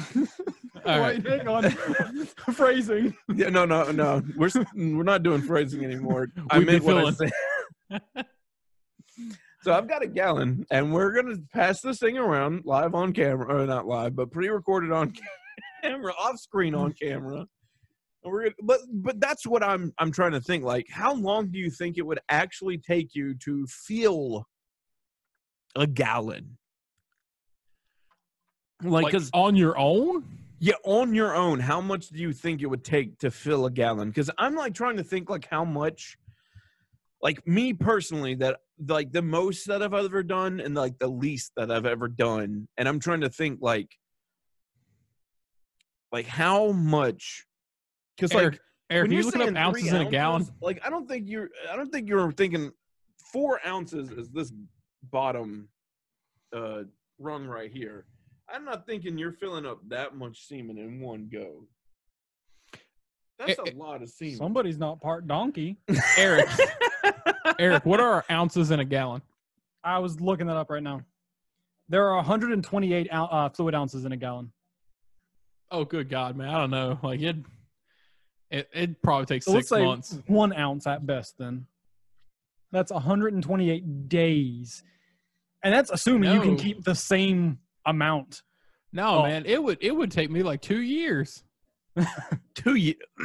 Speaker 1: All right.
Speaker 3: Wait, hang on. Phrasing.
Speaker 2: yeah no no no we're s- we're not doing phrasing anymore i
Speaker 1: We be
Speaker 2: meant what I
Speaker 1: filling.
Speaker 2: said. so i've got a gallon and we're gonna pass this thing around live on camera or not live but pre-recorded on camera off screen on camera And we're gonna, but but that's what I'm I'm trying to think. Like, how long do you think it would actually take you to feel a gallon? Like,
Speaker 1: like
Speaker 2: because
Speaker 1: on your own,
Speaker 2: yeah, on your own, how much do you think it would take to fill a gallon? Because I'm like trying to think like how much, like me personally, that like the most that I've ever done and like the least that I've ever done, and I'm trying to think like, like how much, because like
Speaker 1: Eric, Eric,
Speaker 2: when
Speaker 1: are you
Speaker 2: you're
Speaker 1: looking up
Speaker 2: saying
Speaker 1: ounces
Speaker 2: three
Speaker 1: in a gallon?
Speaker 2: ounces, Like I don't think you're I don't think you're thinking four ounces is this bottom uh rung right here. I'm not thinking you're filling up that much semen in one go. That's
Speaker 1: Eh, eh,
Speaker 2: a lot of semen.
Speaker 3: Somebody's not part donkey.
Speaker 1: Eric, Eric, what are our ounces in a gallon?
Speaker 3: I was looking that up right now. There are 128 ou- uh, fluid ounces in a gallon.
Speaker 1: Oh, good God, man, I don't know. Like it, it, it probably takes
Speaker 3: So let's
Speaker 1: six
Speaker 3: say
Speaker 1: months.
Speaker 3: one ounce at best. Then that's 128 days, and that's assuming you can
Speaker 1: No.
Speaker 3: keep the same amount.
Speaker 1: No,
Speaker 3: Oh.
Speaker 1: man, it would it would take me like two years.
Speaker 2: two years.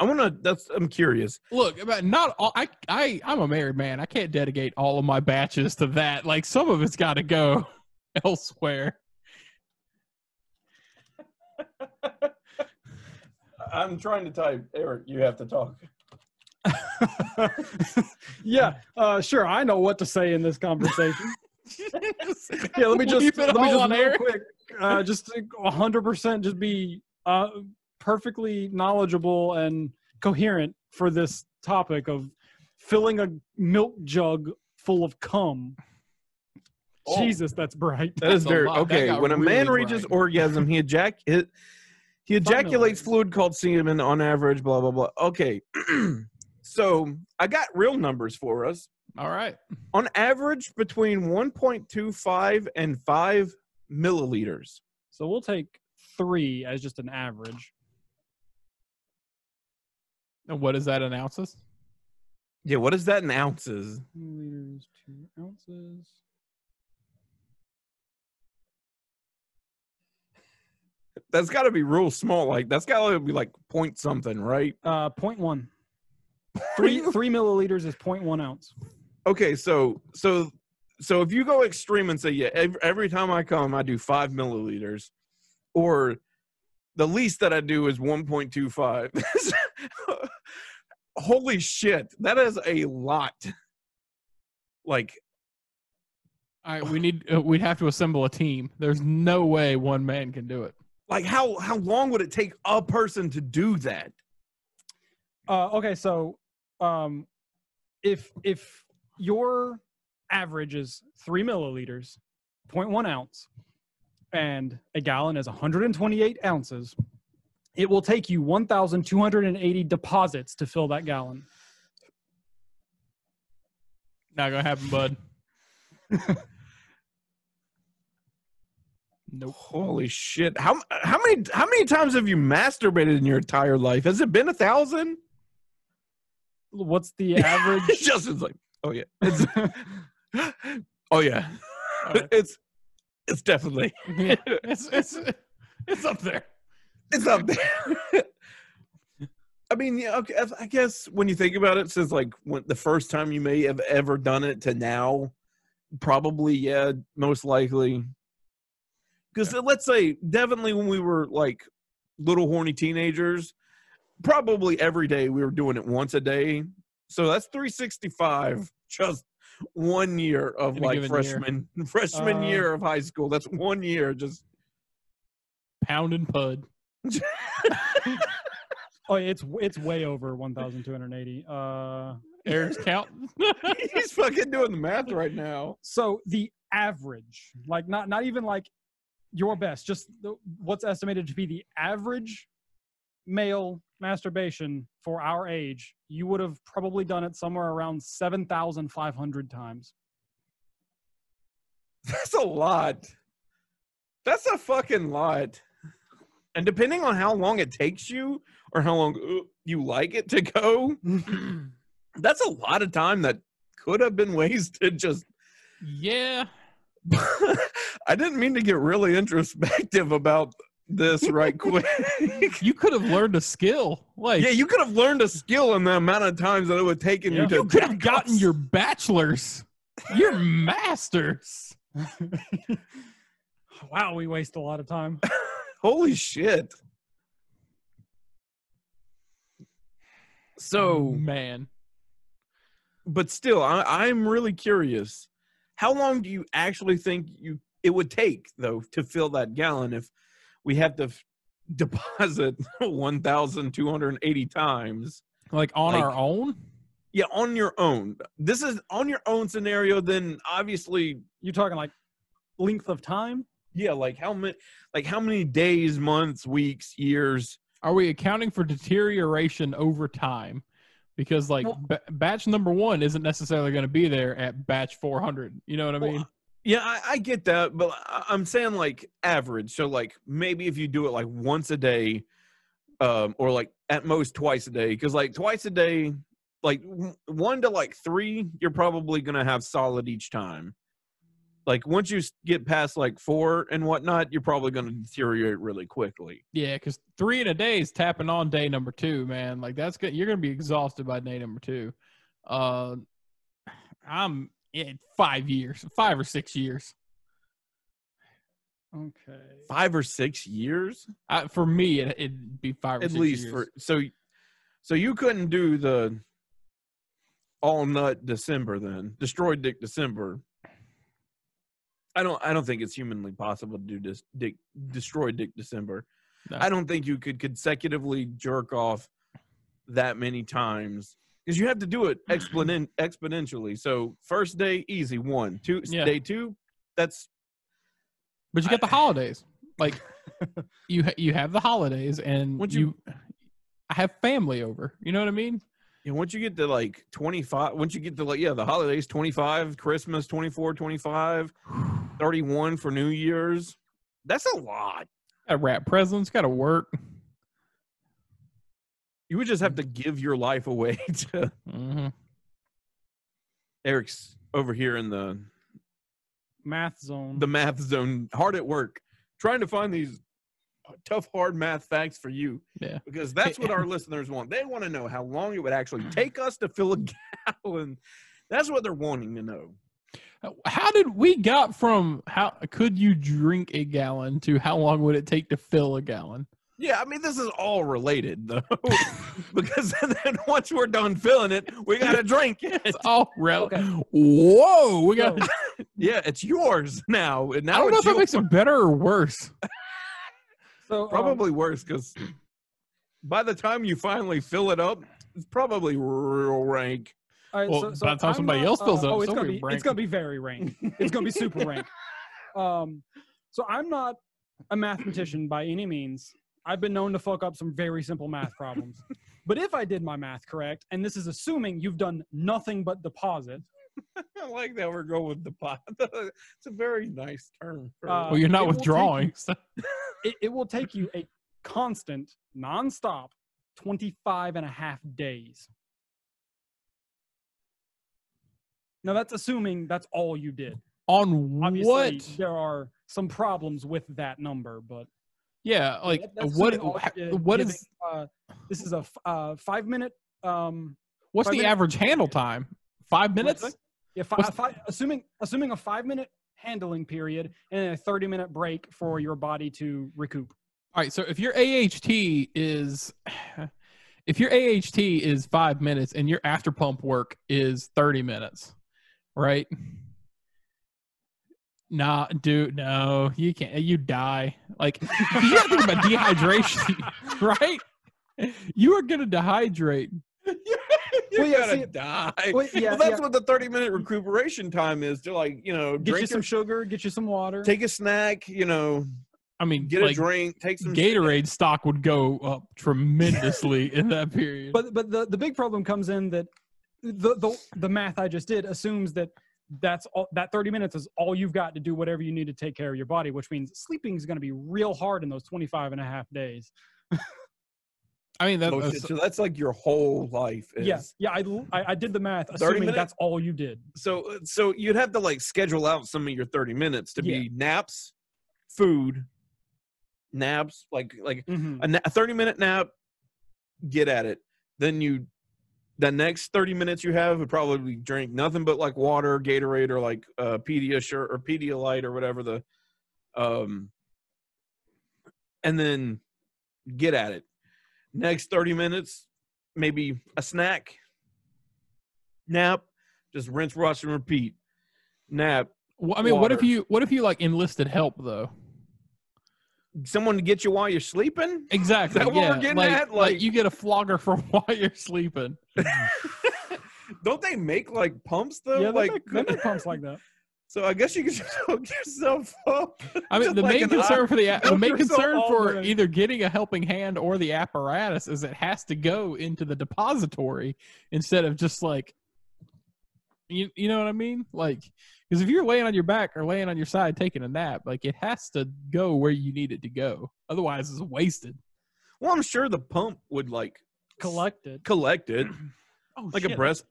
Speaker 2: I want to. That's. I'm curious.
Speaker 1: Look, about not all. I I I'm a married man. I can't dedicate all of my batches to that. Like some of it's got to go elsewhere.
Speaker 2: I'm trying to type. Eric, you have to talk.
Speaker 3: yeah, uh, sure. I know what to say in this conversation. yeah, let me just
Speaker 1: Leave it
Speaker 3: let me
Speaker 1: all
Speaker 3: just
Speaker 1: on
Speaker 3: real
Speaker 1: Eric.
Speaker 3: quick, uh, just hundred percent, just be uh, perfectly knowledgeable and coherent for this topic of filling a milk jug full of cum.
Speaker 2: Oh.
Speaker 3: Jesus, that's bright.
Speaker 2: That is
Speaker 1: That's a
Speaker 2: very
Speaker 1: lot. That
Speaker 2: okay.
Speaker 1: got
Speaker 2: When a man
Speaker 1: really
Speaker 2: reaches
Speaker 1: bright.
Speaker 2: orgasm, he ejac he, he
Speaker 3: Finally.
Speaker 2: ejaculates fluid called semen on average. Blah blah blah. Okay, so I got real numbers for us.
Speaker 1: All right.
Speaker 2: On average, between 1.25 and 5 milliliters.
Speaker 3: So we'll take three as just an average.
Speaker 1: And what is that in ounces?
Speaker 2: Yeah, what is that in ounces?
Speaker 3: Milliliters, two ounces.
Speaker 2: That's got to be real small. Like that's got to be like point something, right?
Speaker 3: Uh, point one. Three three milliliters is point one ounce.
Speaker 2: Okay, so so so if you go extreme and say, yeah, every, every time I come, I do five milliliters, or the least that I do is one point two five. Holy shit, that is a lot. Like,
Speaker 1: All right, we need uh, we'd have to assemble a team. There's no way one man can do it.
Speaker 2: like how how long would it take a person to do that?
Speaker 3: Uh, okay, so um, if if your average is three milliliters, 0.1 ounce, and a gallon is 128 ounces, it will take you 1,280 deposits to fill that gallon.
Speaker 1: Not gonna happen, bud. nope.
Speaker 2: Holy shit! How how many how many times have you masturbated in your entire life? Has it been a thousand?
Speaker 3: What's the average?
Speaker 2: Justin's like, oh yeah, It's- oh yeah,
Speaker 1: Alright.
Speaker 2: it's it's definitely
Speaker 1: Yeah, it's it's it's up there.
Speaker 2: it's up there. I mean, yeah, okay. I- I guess when you think about it, since like when the first time you may have ever done it to now, probably yeah, most likely. Because let's say definitely when we were like little horny teenagers, probably every day we were doing it once a day. So that's 365 just one year of
Speaker 1: In a
Speaker 2: like
Speaker 1: given year.
Speaker 2: freshman freshman
Speaker 3: Uh,
Speaker 2: year of high school. That's one year just
Speaker 1: Pound and pud.
Speaker 3: Oh, it's it's way over 1,280. Uh,
Speaker 1: Eric's counting.
Speaker 2: he's fucking doing the math right now.
Speaker 3: so the average, like not not even like your best, just the, what's estimated to be the average male masturbation for our age, you would have probably done it somewhere around 7,500 times.
Speaker 2: That's a lot. That's a fucking lot. And depending on how long it takes you or how long uh, you like it to go, that's a lot of time that could have been wasted just
Speaker 1: yeah.
Speaker 2: I didn't mean to get really introspective about this right quick.
Speaker 1: You could have learned a skill. Like
Speaker 2: yeah, you could have learned a skill in the amount of times that it would take
Speaker 1: you
Speaker 2: you to
Speaker 1: you could have
Speaker 2: jack
Speaker 1: gotten
Speaker 2: off.
Speaker 1: your bachelor's, your master's.
Speaker 3: Wow, we waste a lot of time.
Speaker 2: Holy shit. So,
Speaker 1: man,
Speaker 2: but still, I, I'm really curious. How long do you actually think you it would take though to fill that gallon if we have to f- deposit 1,280 times?
Speaker 1: like on
Speaker 2: Like-
Speaker 1: our own.
Speaker 2: Yeah, on your own. This is on your own scenario. Then obviously,
Speaker 3: You're talking like length of time?
Speaker 2: yeah. Like how many? Like how many days, months, weeks, years?
Speaker 1: Are we accounting for deterioration over time? Because like
Speaker 3: Well-
Speaker 1: ba- batch number one isn't necessarily going to be there at batch 400. You know what I
Speaker 2: Well,
Speaker 1: mean?
Speaker 2: Yeah, I, I get that, but I, I'm saying like average. So like maybe if you do it like once a day, um, or like at most twice a day, because like twice a day, like w- one to like three, you're probably gonna have solid each time. Like once you s- get past like four and whatnot, you're probably gonna deteriorate really quickly.
Speaker 1: Yeah, because three in a day is tapping on day number two, man. Like that's good. You're gonna be exhausted by day number two. Uh, I'm in five years, five or six years.
Speaker 3: Okay.
Speaker 2: Five or six years.
Speaker 1: I, for me, it, it'd be five or
Speaker 2: at
Speaker 1: six
Speaker 2: least
Speaker 1: years.
Speaker 2: for so so you couldn't do the all nut december then destroyed dick december i don't i don't think it's humanly possible to do this dick destroy dick december
Speaker 1: No.
Speaker 2: i don't think you could consecutively jerk off that many times because you have to do it exponen- exponentially so first day easy one two
Speaker 1: Yeah.
Speaker 2: day two that's
Speaker 1: but you get the
Speaker 2: I-
Speaker 1: holidays. Like you, ha- you have the holidays, and
Speaker 2: Would
Speaker 1: you,
Speaker 2: you-
Speaker 1: I have family over. You know what I mean?
Speaker 2: And once you get to like 25, once you get to like, yeah, the holidays 25, Christmas 24, 25, 31 for New Year's, that's a lot.
Speaker 1: Got to wrap presents. Got to work.
Speaker 2: You would just have to give your life away to
Speaker 1: hmm
Speaker 2: Eric's over here in the
Speaker 3: Math zone.
Speaker 2: the math zone, hard at work, trying to find these uh, tough, hard math facts for you.
Speaker 1: Yeah.
Speaker 2: Because that's what our listeners want. They want to know how long it would actually take us to fill a gallon. That's what they're wanting to know.
Speaker 1: How did we got from how could you drink a gallon to how long would it take to fill a gallon?
Speaker 2: Yeah, I mean, this is all related though, because then once we're done filling it, we gotta drink it.
Speaker 1: It's all rel-
Speaker 3: Okay.
Speaker 1: Whoa, we got.
Speaker 3: So-
Speaker 2: Yeah, it's yours now. And now
Speaker 1: I don't know if
Speaker 2: it's
Speaker 1: that
Speaker 2: yours.
Speaker 1: makes it better or worse.
Speaker 3: so um,
Speaker 2: probably worse because by the time you finally fill it up, it's probably real rank.
Speaker 3: All right,
Speaker 1: Well,
Speaker 3: so, so
Speaker 1: by the time
Speaker 3: I'm
Speaker 1: somebody
Speaker 3: not-
Speaker 1: else fills it up,
Speaker 3: oh,
Speaker 1: it's
Speaker 3: it's
Speaker 1: gonna
Speaker 3: gonna
Speaker 1: be
Speaker 3: be
Speaker 1: rank.
Speaker 3: it's gonna be very rank. It's gonna be super rank. Um, so I'm not a mathematician by any means. I've been known to fuck up some very simple math problems. but if I did my math correct, and this is assuming you've done nothing but deposit,
Speaker 2: I like that we're going with the pot. it's a very nice term. for-
Speaker 3: Uh,
Speaker 1: Well, you're
Speaker 3: it
Speaker 1: not
Speaker 3: will take
Speaker 1: withdrawing. so-
Speaker 3: it, it will take you a constant, nonstop 25 and a half days. Now that's assuming that's all you did.
Speaker 1: on
Speaker 3: Obviously,
Speaker 1: what?
Speaker 3: there are some problems with that number, but
Speaker 1: Yeah, like
Speaker 3: That- that's
Speaker 1: what?
Speaker 3: something all
Speaker 1: ha-
Speaker 3: you did,
Speaker 1: What
Speaker 3: giving,
Speaker 1: is?
Speaker 3: uh, this is a f- uh, five minute um
Speaker 1: What's
Speaker 3: five
Speaker 1: the
Speaker 3: minutes?
Speaker 1: average handle time? Five minutes?
Speaker 3: What's yeah, fi-
Speaker 1: What's-
Speaker 3: fi- assuming assuming a five minute handling period, and a 30 minute break for your body to recoup.
Speaker 1: All right, so if your AHT is if your AHT is 5 minutes and your after pump work is 30 minutes, right? Nah, dude, no, you can't. You die. Like you gotta think about dehydration, right? You are gonna dehydrate.
Speaker 2: You're
Speaker 3: Well, yeah,
Speaker 2: gonna
Speaker 3: see-
Speaker 2: die.
Speaker 3: Well, yeah,
Speaker 2: well, that's
Speaker 3: yeah.
Speaker 2: what the 30 minute recuperation time is. To like, you know,
Speaker 3: Get you
Speaker 2: drink
Speaker 3: some
Speaker 2: your,
Speaker 3: sugar, get you some water.
Speaker 2: take a snack, you know,
Speaker 1: I mean,
Speaker 2: get
Speaker 1: like,
Speaker 2: a drink, take some
Speaker 1: Gatorade stock would go up tremendously in that period.
Speaker 3: but but the, the big problem comes in that the, the the math I just did assumes that that's all that 30 minutes is all you've got to do whatever you need to take care of your body, which means sleeping is going to be real hard in those 25 and a half days.
Speaker 1: I mean, that, uh,
Speaker 2: Oh, shit,
Speaker 1: that's
Speaker 2: so that's like your whole life. Is.
Speaker 3: Yes. Yeah, I, l- I- I did the math
Speaker 2: 30
Speaker 3: assuming
Speaker 2: minutes?
Speaker 3: that's all you did.
Speaker 2: So uh, so you'd have to like schedule out some of your 30 minutes to
Speaker 3: Yeah.
Speaker 2: be naps, food, naps, like like
Speaker 3: Mhm.
Speaker 2: a, na- a 30 minute nap, get at it. Then you the next 30 minutes you have would probably drink nothing but like water, Gatorade or like uh Pediasure or Pedialyte or whatever the um and then get at it. Next 30 minutes maybe a snack, nap, just rinse, wash and repeat. Nap,
Speaker 1: Well, I mean, what if
Speaker 2: Water.
Speaker 1: you what if you like enlisted help though?
Speaker 2: someone to get you while you're sleeping?
Speaker 1: Exactly.
Speaker 2: that what
Speaker 1: yeah.
Speaker 2: we're getting
Speaker 1: like,
Speaker 2: at?
Speaker 1: Like,
Speaker 2: Like-
Speaker 1: you get a flogger for while you're sleeping.
Speaker 2: Don't they make like pumps though?
Speaker 3: yeah,
Speaker 2: like
Speaker 3: like they make pumps like that.
Speaker 2: So I guess you could just hook yourself up.
Speaker 1: I mean,
Speaker 2: Just
Speaker 1: the
Speaker 2: like
Speaker 1: main
Speaker 2: an
Speaker 1: concern for the the
Speaker 2: Help
Speaker 1: main
Speaker 2: yourself
Speaker 1: concern
Speaker 2: all
Speaker 1: for
Speaker 2: day.
Speaker 1: either getting a helping hand or the apparatus is it has to go into the depository instead of just like. You, you know what I mean? Like, because if you're laying on your back or laying on your side taking a nap, like it has to go where you need it to go. Otherwise, it's wasted.
Speaker 2: Well, I'm sure the pump would like
Speaker 3: Collect it.
Speaker 2: collect it
Speaker 1: Oh,
Speaker 2: like a
Speaker 1: shit.
Speaker 2: breast.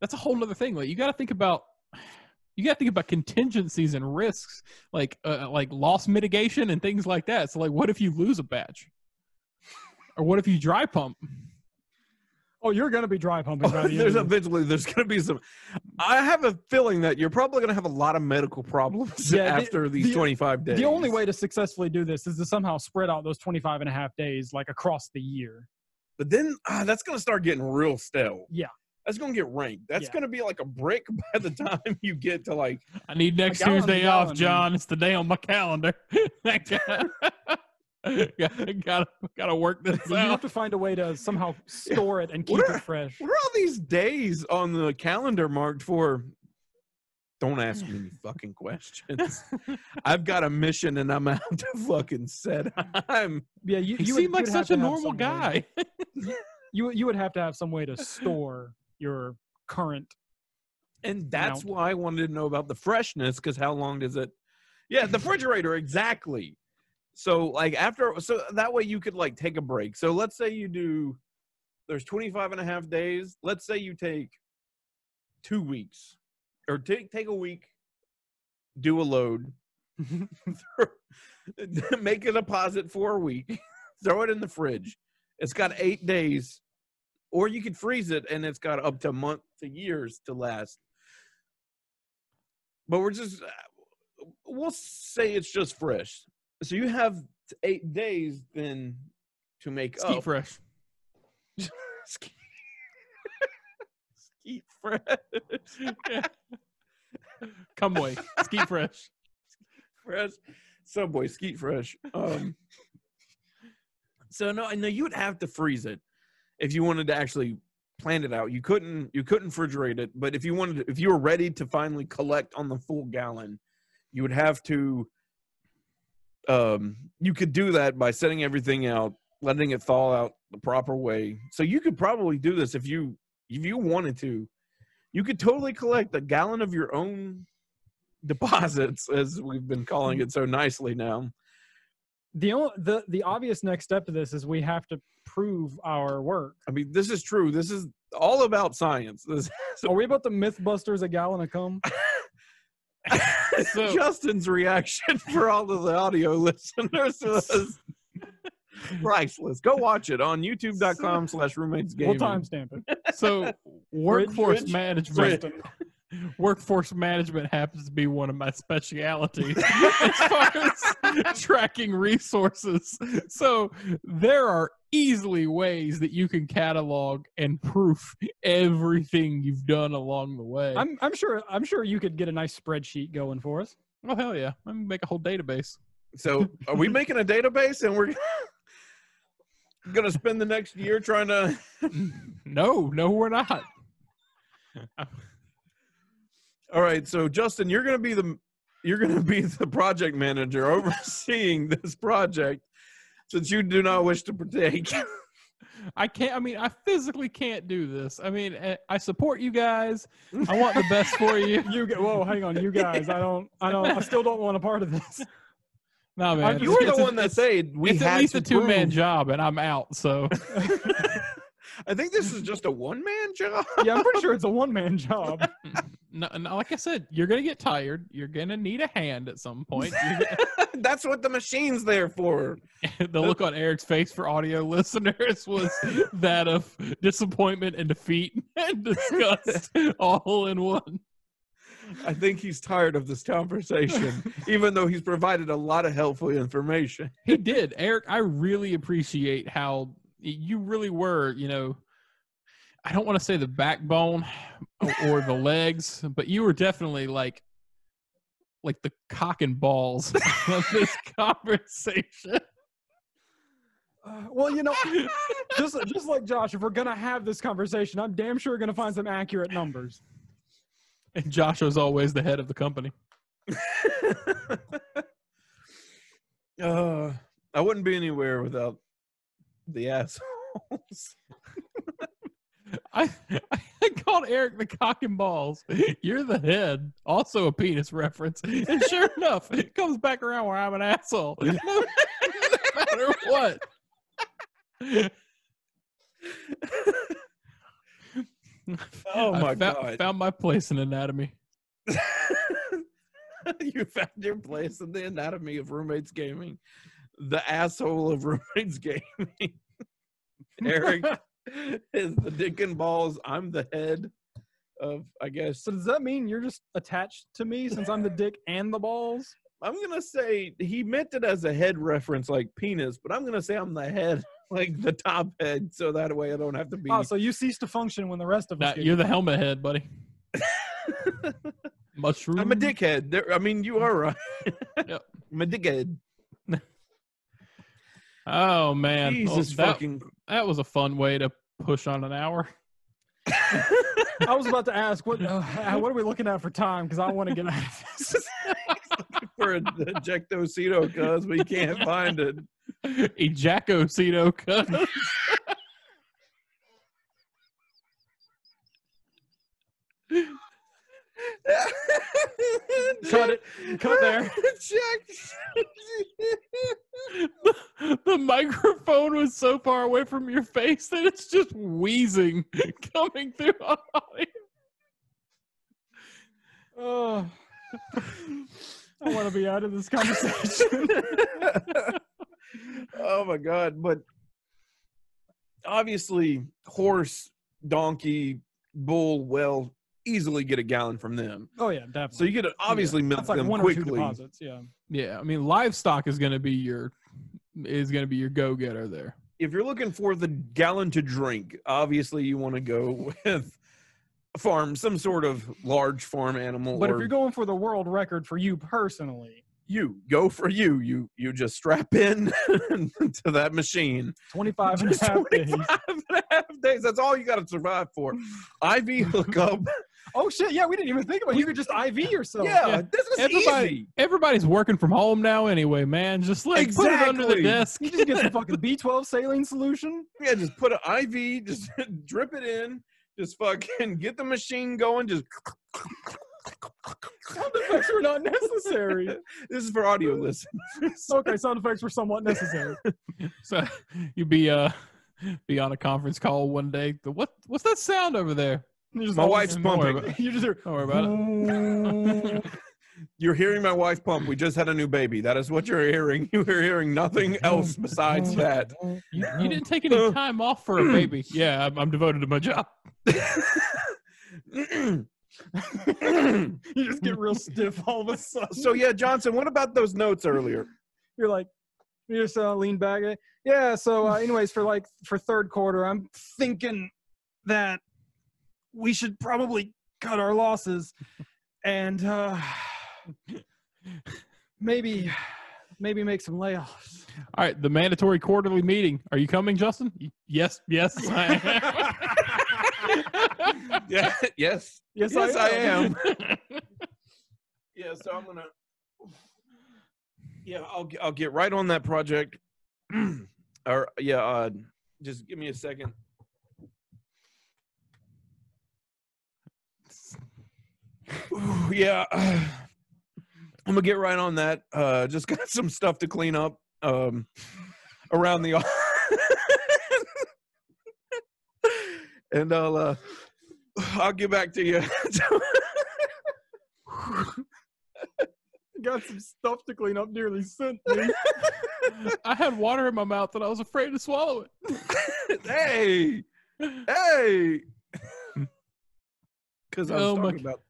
Speaker 1: that's a whole nother thing. Like you got to think about you got to think about contingencies and risks, like uh, like loss mitigation and things like that. So like, what if you lose a batch, or what if you dry pump?
Speaker 3: Oh, you're going to be dry pumping by the
Speaker 2: there's
Speaker 3: end. of this.
Speaker 2: eventually there's gonna be some. I have a feeling that you're probably gonna have a lot of medical problems
Speaker 3: Yeah, the-
Speaker 2: after these
Speaker 3: the-
Speaker 2: 25 days.
Speaker 3: The only way to successfully do this is to somehow spread out those 25 and a half days like across the year.
Speaker 2: But then ah, that's gonna start getting real stale.
Speaker 3: Yeah.
Speaker 2: That's gonna get ranked. That's
Speaker 3: Yeah.
Speaker 2: gonna be like a brick by the time you get to like.
Speaker 1: I need next
Speaker 3: gallon is a
Speaker 1: Tuesday
Speaker 3: gallon,
Speaker 1: off,
Speaker 3: man.
Speaker 1: John. It's the day on my calendar. That guy- gotta, gotta gotta work this
Speaker 3: You have
Speaker 1: out.
Speaker 3: to find a way to somehow store it and keep
Speaker 2: What are-
Speaker 3: it fresh.
Speaker 2: What are all these days on the calendar marked for? Don't ask me any fucking questions. I've got a mission and I'm out to fucking set. I'm
Speaker 3: Yeah, you,
Speaker 1: You,
Speaker 3: you
Speaker 1: seem
Speaker 3: would,
Speaker 1: like
Speaker 3: you'd have
Speaker 1: such a
Speaker 3: to have
Speaker 1: normal
Speaker 3: some
Speaker 1: guy.
Speaker 3: way- You you would have to have some way to store your current.
Speaker 2: and that's
Speaker 3: Out.
Speaker 2: why I wanted to know about the freshness because how long does it? Yeah, the refrigerator exactly. So like after so that way you could like take a break. So let's say you do there's 25 and a half days. Let's say you take 2 weeks or take take a week do a load make a deposit for a week, throw it in the fridge. It's got eight days, or you could freeze it, and it's got up to a month to years to last. But we're just, uh, we'll say it's just fresh. So you have eight days then to make
Speaker 1: Ski
Speaker 2: up.
Speaker 1: fresh.
Speaker 2: Ski- Skeet fresh.
Speaker 1: Come away, ski fresh.
Speaker 2: fresh subway skeet fresh um so no i know you would have to freeze it if you wanted to actually plan it out you couldn't you couldn't refrigerate it but if you wanted to, if you were ready to finally collect on the full gallon you would have to um you could do that by setting everything out letting it thaw out the proper way so you could probably do this if you if you wanted to you could totally collect a gallon of your own deposits as we've been calling it so nicely now
Speaker 3: The only, the the obvious next step to this is we have to prove our work.
Speaker 2: i mean this is true this is all about science this
Speaker 3: Are we about the MythBusters a gallon of cum?
Speaker 1: So-
Speaker 2: justin's reaction for all of the audio listeners was priceless go watch it on youtube.com slash roommates
Speaker 3: We'll timestamp it.
Speaker 1: So workforce
Speaker 3: fridge?
Speaker 1: management.
Speaker 2: Fridge.
Speaker 1: Workforce management happens to be one of my specialities as far as tracking resources. So there are easily ways that you can catalog and proof everything you've done along the way.
Speaker 3: I'm, I'm sure. I'm sure you could get a nice spreadsheet going for us.
Speaker 1: oh hell yeah! I'm gonna make a whole database.
Speaker 2: So, are we making a database and we're going to spend the next year trying to?
Speaker 1: No, no, we're not.
Speaker 2: All right. So, Justin, you're going to be the you're going to be the project manager overseeing this project, since you do not wish to partake.
Speaker 1: I can't. I mean, I physically can't do this. I mean, eh, I support you guys. I want the best for you.
Speaker 3: You get. Whoa, hang on, you guys. I don't. I don't. I still don't want a part of this.
Speaker 1: No man,
Speaker 2: you were
Speaker 1: it's-
Speaker 2: the
Speaker 1: it's-
Speaker 2: one that said we
Speaker 1: it's
Speaker 2: had
Speaker 1: at least
Speaker 2: to
Speaker 1: a two man
Speaker 2: prove-
Speaker 1: job, and I'm out. So
Speaker 2: I think this is just a one man job.
Speaker 3: Yeah, I'm pretty sure it's a one man job.
Speaker 1: no, no, like I said, you're gonna get tired. You're gonna need a hand at some point. You're
Speaker 2: That's what the machine's there for.
Speaker 1: gonna- the look on Eric's face for audio listeners was that of disappointment and defeat and disgust all in one.
Speaker 2: I think he's tired of this conversation, even though he's provided a lot of helpful information.
Speaker 1: He did, Eric. I really appreciate how you really were. You know, I don't want to say the backbone or, or the legs, but you were definitely like, like the cock and balls of this conversation.
Speaker 3: Uh, well, you know, just just like Josh, if we're gonna have this conversation, I'm damn sure gonna find some accurate numbers.
Speaker 1: And Joshua's always the head of the company.
Speaker 2: uh, I wouldn't be anywhere without the assholes.
Speaker 1: I, I called Eric the cock and balls. You're the head. Also a penis reference. And sure enough, it comes back around where I'm an asshole. No, no matter what.
Speaker 2: Oh my
Speaker 1: I fou-
Speaker 2: God.
Speaker 1: Found my place in anatomy.
Speaker 2: you found your place in the anatomy of roommates gaming, the asshole of roommates gaming. Eric is the dick and balls. I'm the head of, I guess,
Speaker 3: So does that mean you're just attached to me since I'm the dick and the balls?
Speaker 2: I'm gonna say he meant it as a head reference, like penis, but I'm gonna say I'm the head, like the top head, so that way I don't have to be.
Speaker 3: Oh, so you cease to function when the rest of us.
Speaker 1: Nah,
Speaker 3: get
Speaker 1: you're the helmet head, buddy. Mushroom.
Speaker 2: I'm a dickhead. There, I mean, you are right.
Speaker 1: Yep.
Speaker 2: I'm a dickhead.
Speaker 1: Oh man. Well,
Speaker 2: Jesus
Speaker 1: that,
Speaker 2: fucking.
Speaker 1: that was a fun way to push on an hour.
Speaker 3: I was about to ask what uh, what are we looking at for time because I want to get out of this.
Speaker 2: For a ejectocito, cuz, but you can't find it.
Speaker 1: Ejacocito cut.
Speaker 3: Cut it. Cut there.
Speaker 1: the, the microphone was so far away from your face that it's just wheezing coming through our audio.
Speaker 3: Oh, I want to be out of this conversation.
Speaker 2: oh my god but obviously horse donkey bull well easily get a gallon from them
Speaker 3: oh yeah, definitely.
Speaker 2: so you get to obviously milk
Speaker 3: That's like
Speaker 2: them
Speaker 3: one or two
Speaker 2: quickly
Speaker 3: deposits. Yeah.
Speaker 1: Yeah, I mean livestock is going to be your is going to be your go getter there.
Speaker 2: if you're looking for the gallon to drink obviously you want to go with a farm some sort of large farm animal
Speaker 3: But
Speaker 2: or
Speaker 3: if you're going for the world record for you personally,
Speaker 2: you go for you you you just strap in to that machine
Speaker 3: 25 and a
Speaker 2: Just
Speaker 3: half days.
Speaker 2: 25 and a half days. That's all you got to survive for. IV hookup.
Speaker 3: Oh shit! Yeah, we didn't even think about it. You could just IV yourself.
Speaker 2: yeah,
Speaker 1: yeah.
Speaker 2: this is
Speaker 1: Everybody-
Speaker 2: easy.
Speaker 1: Everybody's working from home now anyway, man. Just like put it under the
Speaker 2: Exactly.
Speaker 1: desk.
Speaker 3: You just get some fucking B12 saline solution.
Speaker 2: Yeah, just put an IV, just drip it in, just fucking get the machine going. Just
Speaker 3: Sound effects were not necessary.
Speaker 2: this is for audio listen.
Speaker 3: Okay, sound effects were somewhat necessary.
Speaker 1: So you'd be uh be on a conference call one day. The- What what's that sound over there?
Speaker 3: You're just
Speaker 2: My
Speaker 3: all-
Speaker 2: wife's
Speaker 1: don't worry
Speaker 2: pumping.
Speaker 3: You just hear.
Speaker 1: Don't worry about it.
Speaker 2: You're hearing my wife pump. We just had a new baby. That is what you're hearing. You are hearing nothing else besides that.
Speaker 1: You, you didn't take any time off for a baby. Yeah, I'm, I'm devoted to my job.
Speaker 3: you just get real stiff all of a sudden.
Speaker 2: So yeah, Johnson, what about those notes earlier?
Speaker 3: You're like, you just uh, lean back. eh? Yeah. So, uh, anyways, for like for third quarter, I'm thinking that we should probably cut our losses and uh, maybe maybe make some layoffs.
Speaker 1: All right, the mandatory quarterly meeting. Are you coming, Justin? Y- Yes, yes, I am.
Speaker 2: Yeah, yes.
Speaker 3: Yes,
Speaker 2: yeah, so I'm gonna. Yeah, I'll g- I'll get right on that project. or yeah, uh, just give me a second. Ooh, yeah, I'm gonna get right on that. Uh, just got some stuff to clean up um, around the. and I'll uh, I'll get back to you.
Speaker 3: Got some stuff to clean up. Nearly sent me.
Speaker 1: I had water in my mouth and I was afraid to swallow it.
Speaker 2: hey, hey, because I was
Speaker 1: Oh my
Speaker 2: talking about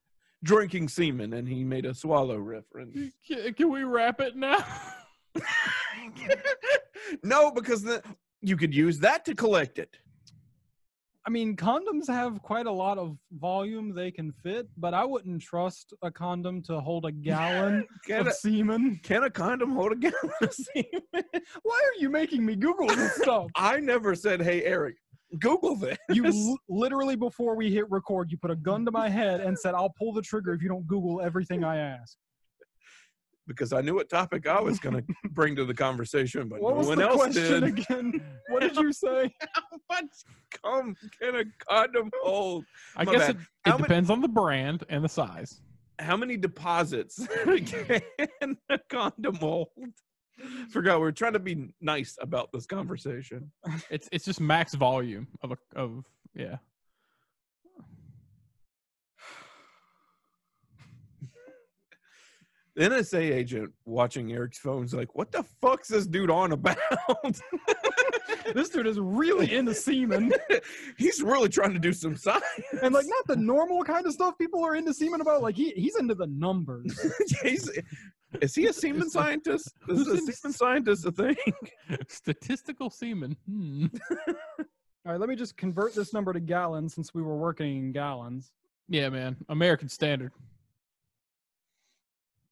Speaker 2: drinking semen, and he made a swallow reference.
Speaker 1: Can, can we wrap it now?
Speaker 2: no, because the, you could use that to collect it.
Speaker 3: I mean, condoms have quite a lot of volume they can fit, but I wouldn't trust a condom to hold a gallon
Speaker 2: Can
Speaker 3: of
Speaker 2: a,
Speaker 3: semen.
Speaker 2: can a condom hold a gallon of semen?
Speaker 3: Why are you making me Google this stuff?
Speaker 2: I never said, "Hey, Eric, Google this."
Speaker 3: You l- literally, before we hit record, you put a gun to my head and said, I'll pull the trigger if you don't Google everything I ask.
Speaker 2: because I knew what topic I was going to bring to the conversation, but
Speaker 3: What
Speaker 2: no
Speaker 3: was
Speaker 2: one
Speaker 3: the
Speaker 2: else
Speaker 3: question
Speaker 2: did.
Speaker 3: again? What did you say?
Speaker 2: What cum can a condom hold?
Speaker 1: I
Speaker 2: My
Speaker 1: guess it,
Speaker 2: bad.
Speaker 1: it
Speaker 2: How many-
Speaker 1: depends on the brand and the size.
Speaker 2: How many deposits can a condom hold? Forgot we were trying to be nice about this conversation.
Speaker 1: It's it's just max volume of a of yeah.
Speaker 2: The NSA agent watching Eric's phone is like, "What the fuck's this dude on about?
Speaker 3: This dude is really into semen.
Speaker 2: He's really trying to do some science."
Speaker 3: And, like, not the normal kind of stuff people are into semen about. Like, he, he's into the numbers.
Speaker 2: He's- is he a semen
Speaker 1: It's like-
Speaker 2: scientist? Is a
Speaker 1: Who's in-
Speaker 2: semen scientist a thing?
Speaker 1: Statistical semen. Hmm.
Speaker 3: All right, let me just convert this number to gallons since we were working in gallons.
Speaker 1: Yeah, man. American standard.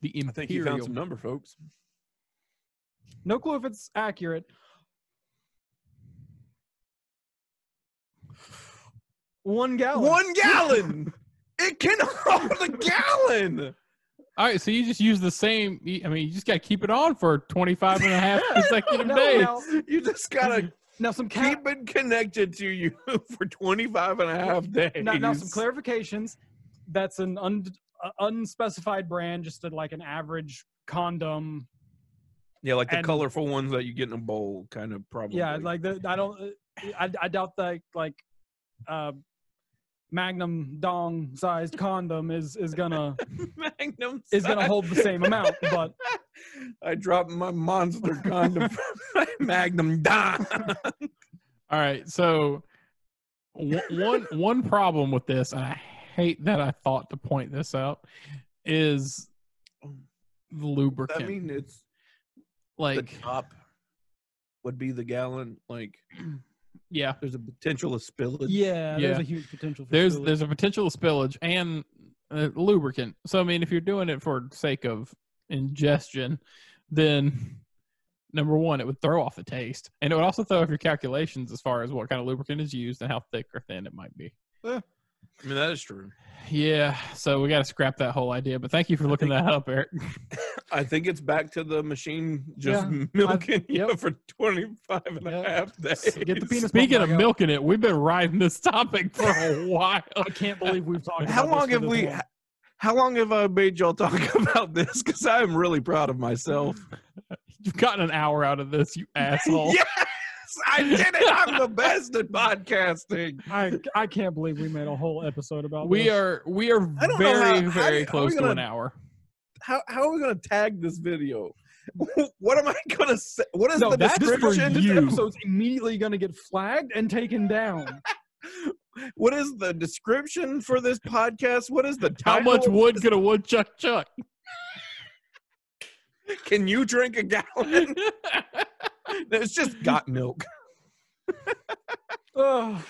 Speaker 1: The imperial.
Speaker 2: I think he found some number, folks.
Speaker 3: No clue if it's accurate. One gallon.
Speaker 2: One gallon. it can hold a gallon.
Speaker 1: All right, so you just use the same. I mean, you just got to keep it on for 25 and a half consecutive
Speaker 3: No,
Speaker 1: days.
Speaker 3: now,
Speaker 2: You just gotta
Speaker 3: now some ca-
Speaker 2: keep it connected to you for 25 and a half days.
Speaker 3: now, now some clarifications. That's an un- uh, unspecified brand, just a, like an average condom.
Speaker 2: Yeah, like the
Speaker 3: and-
Speaker 2: colorful ones that you get in a bowl, kind of probably.
Speaker 3: Yeah, like the, I don't. uh, I, I doubt that like uh, Magnum dong sized condom is is gonna
Speaker 2: Magnum
Speaker 3: is gonna
Speaker 2: size.
Speaker 3: hold the same amount, but
Speaker 2: I dropped my monster condom from my Magnum Dong.
Speaker 1: All right, so one one- one problem with this, and I hate that I thought to point this out, is the lubricant.
Speaker 2: I mean, it's
Speaker 1: like,
Speaker 2: the top would be the gallon. Like,
Speaker 1: yeah,
Speaker 2: there's a potential of spillage.
Speaker 3: yeah, there's
Speaker 1: Yeah.
Speaker 3: a huge potential. For
Speaker 1: there's
Speaker 3: spillage.
Speaker 1: there's a potential of spillage and uh, lubricant. So I mean, if you're doing it for sake of ingestion, then number one, it would throw off the taste, and it would also throw off your calculations as far as what kind of lubricant is used and how thick or thin it might be.
Speaker 2: I mean, that is true.
Speaker 1: Yeah, so we got to scrap that whole idea. But thank you for looking that up, Eric.
Speaker 2: I think it's back to the machine just
Speaker 3: Yeah,
Speaker 2: milking you
Speaker 3: yep.
Speaker 2: for 25 and a
Speaker 3: Yep.
Speaker 2: half days.
Speaker 3: Get the penis
Speaker 1: Speaking
Speaker 3: pump
Speaker 1: of
Speaker 3: back out.
Speaker 1: milking it, we've been riding this topic for a while.
Speaker 3: I can't believe we've talked.
Speaker 2: How long
Speaker 3: about this for
Speaker 2: have
Speaker 3: this
Speaker 2: we?
Speaker 3: long.
Speaker 2: How long have I made y'all talk about this? Because I am really proud of myself.
Speaker 1: You've gotten an hour out of this, you asshole.
Speaker 2: yes, I did it. I'm the best at podcasting.
Speaker 3: I I can't believe we made a whole episode about.
Speaker 1: We
Speaker 3: this.
Speaker 1: are we are
Speaker 2: I don't know
Speaker 1: very
Speaker 2: how- how
Speaker 1: very
Speaker 2: you- how
Speaker 1: close
Speaker 2: you
Speaker 1: to
Speaker 2: gonna-
Speaker 1: an hour.
Speaker 2: How how are we gonna tag this video? What am I gonna say? What is
Speaker 3: No,
Speaker 2: the
Speaker 3: that's for
Speaker 2: description?
Speaker 3: This
Speaker 1: you.
Speaker 3: episode's immediately going to get flagged and taken down.
Speaker 2: What is the description for this podcast? What is the
Speaker 1: How
Speaker 2: title?
Speaker 1: much wood could a woodchuck chuck?
Speaker 2: Can you drink a gallon? it's just got milk.
Speaker 3: Ugh.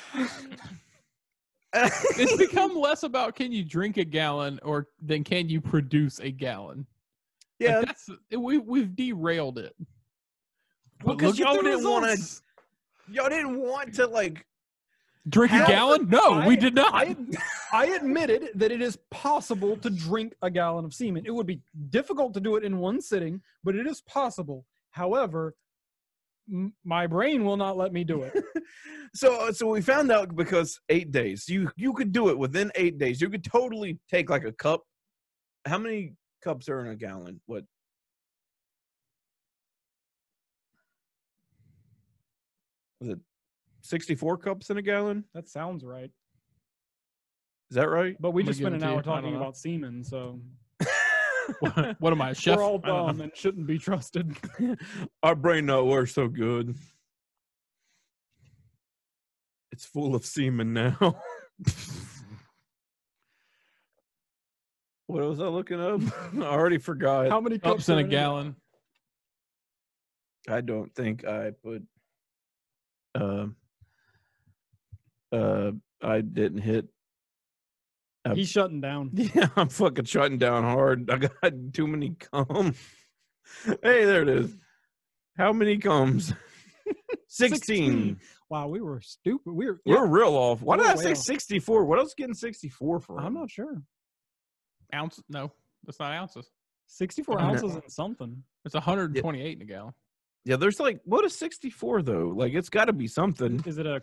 Speaker 1: it's become less about can you drink a gallon or than can you produce a gallon. Like,
Speaker 2: yeah,
Speaker 1: that's we we've derailed it. But
Speaker 2: Because
Speaker 1: look at
Speaker 2: y'all
Speaker 1: the
Speaker 2: didn't wanna-
Speaker 1: results.
Speaker 2: y'all didn't want to like.
Speaker 1: drink a
Speaker 3: Half
Speaker 1: gallon. No, we
Speaker 3: I-
Speaker 1: did not.
Speaker 3: I, I admitted that it is possible to drink a gallon of semen. It would be difficult to do it in one sitting, but it is possible. However, m- my brain will not let me do it.
Speaker 2: So so we found out because eight days you you could do it within eight days. You could totally take like a cup. How many cups are in a gallon? What? Was it sixty-four cups in a gallon?
Speaker 3: That sounds right.
Speaker 2: Is that right?
Speaker 3: But we
Speaker 1: I'm
Speaker 3: just
Speaker 1: gonna
Speaker 3: spent an
Speaker 1: give it to
Speaker 3: hour
Speaker 1: you. I don't
Speaker 3: talking
Speaker 1: know.
Speaker 3: about semen, so
Speaker 1: what am I, a chef?
Speaker 3: we're all
Speaker 1: I don't
Speaker 3: dumb and shouldn't be trusted.
Speaker 2: Our brain not works so good. It's full of semen now. what was I looking up? I already forgot.
Speaker 3: How many
Speaker 1: know.
Speaker 3: cups
Speaker 1: cups in
Speaker 3: are
Speaker 1: a gallon.
Speaker 2: I don't think I put. Um. Uh, I didn't hit. Uh,
Speaker 3: He's shutting down.
Speaker 2: Yeah, I'm fucking shutting down hard. I got too many cum. hey, there it is. How many comes? Sixteen.
Speaker 3: Wow, we were stupid. We were.
Speaker 2: We're real off. Why did
Speaker 3: We're
Speaker 2: I
Speaker 3: way
Speaker 2: say
Speaker 3: off.
Speaker 2: 64? What else getting 64 for?
Speaker 3: I'm not sure.
Speaker 1: Ounce? No, that's not ounces.
Speaker 3: 64
Speaker 2: I don't
Speaker 3: ounces and something.
Speaker 1: It's 128 in a gallon.
Speaker 2: Yeah, there's like what is 64 though? Like it's got to be something.
Speaker 3: Is it a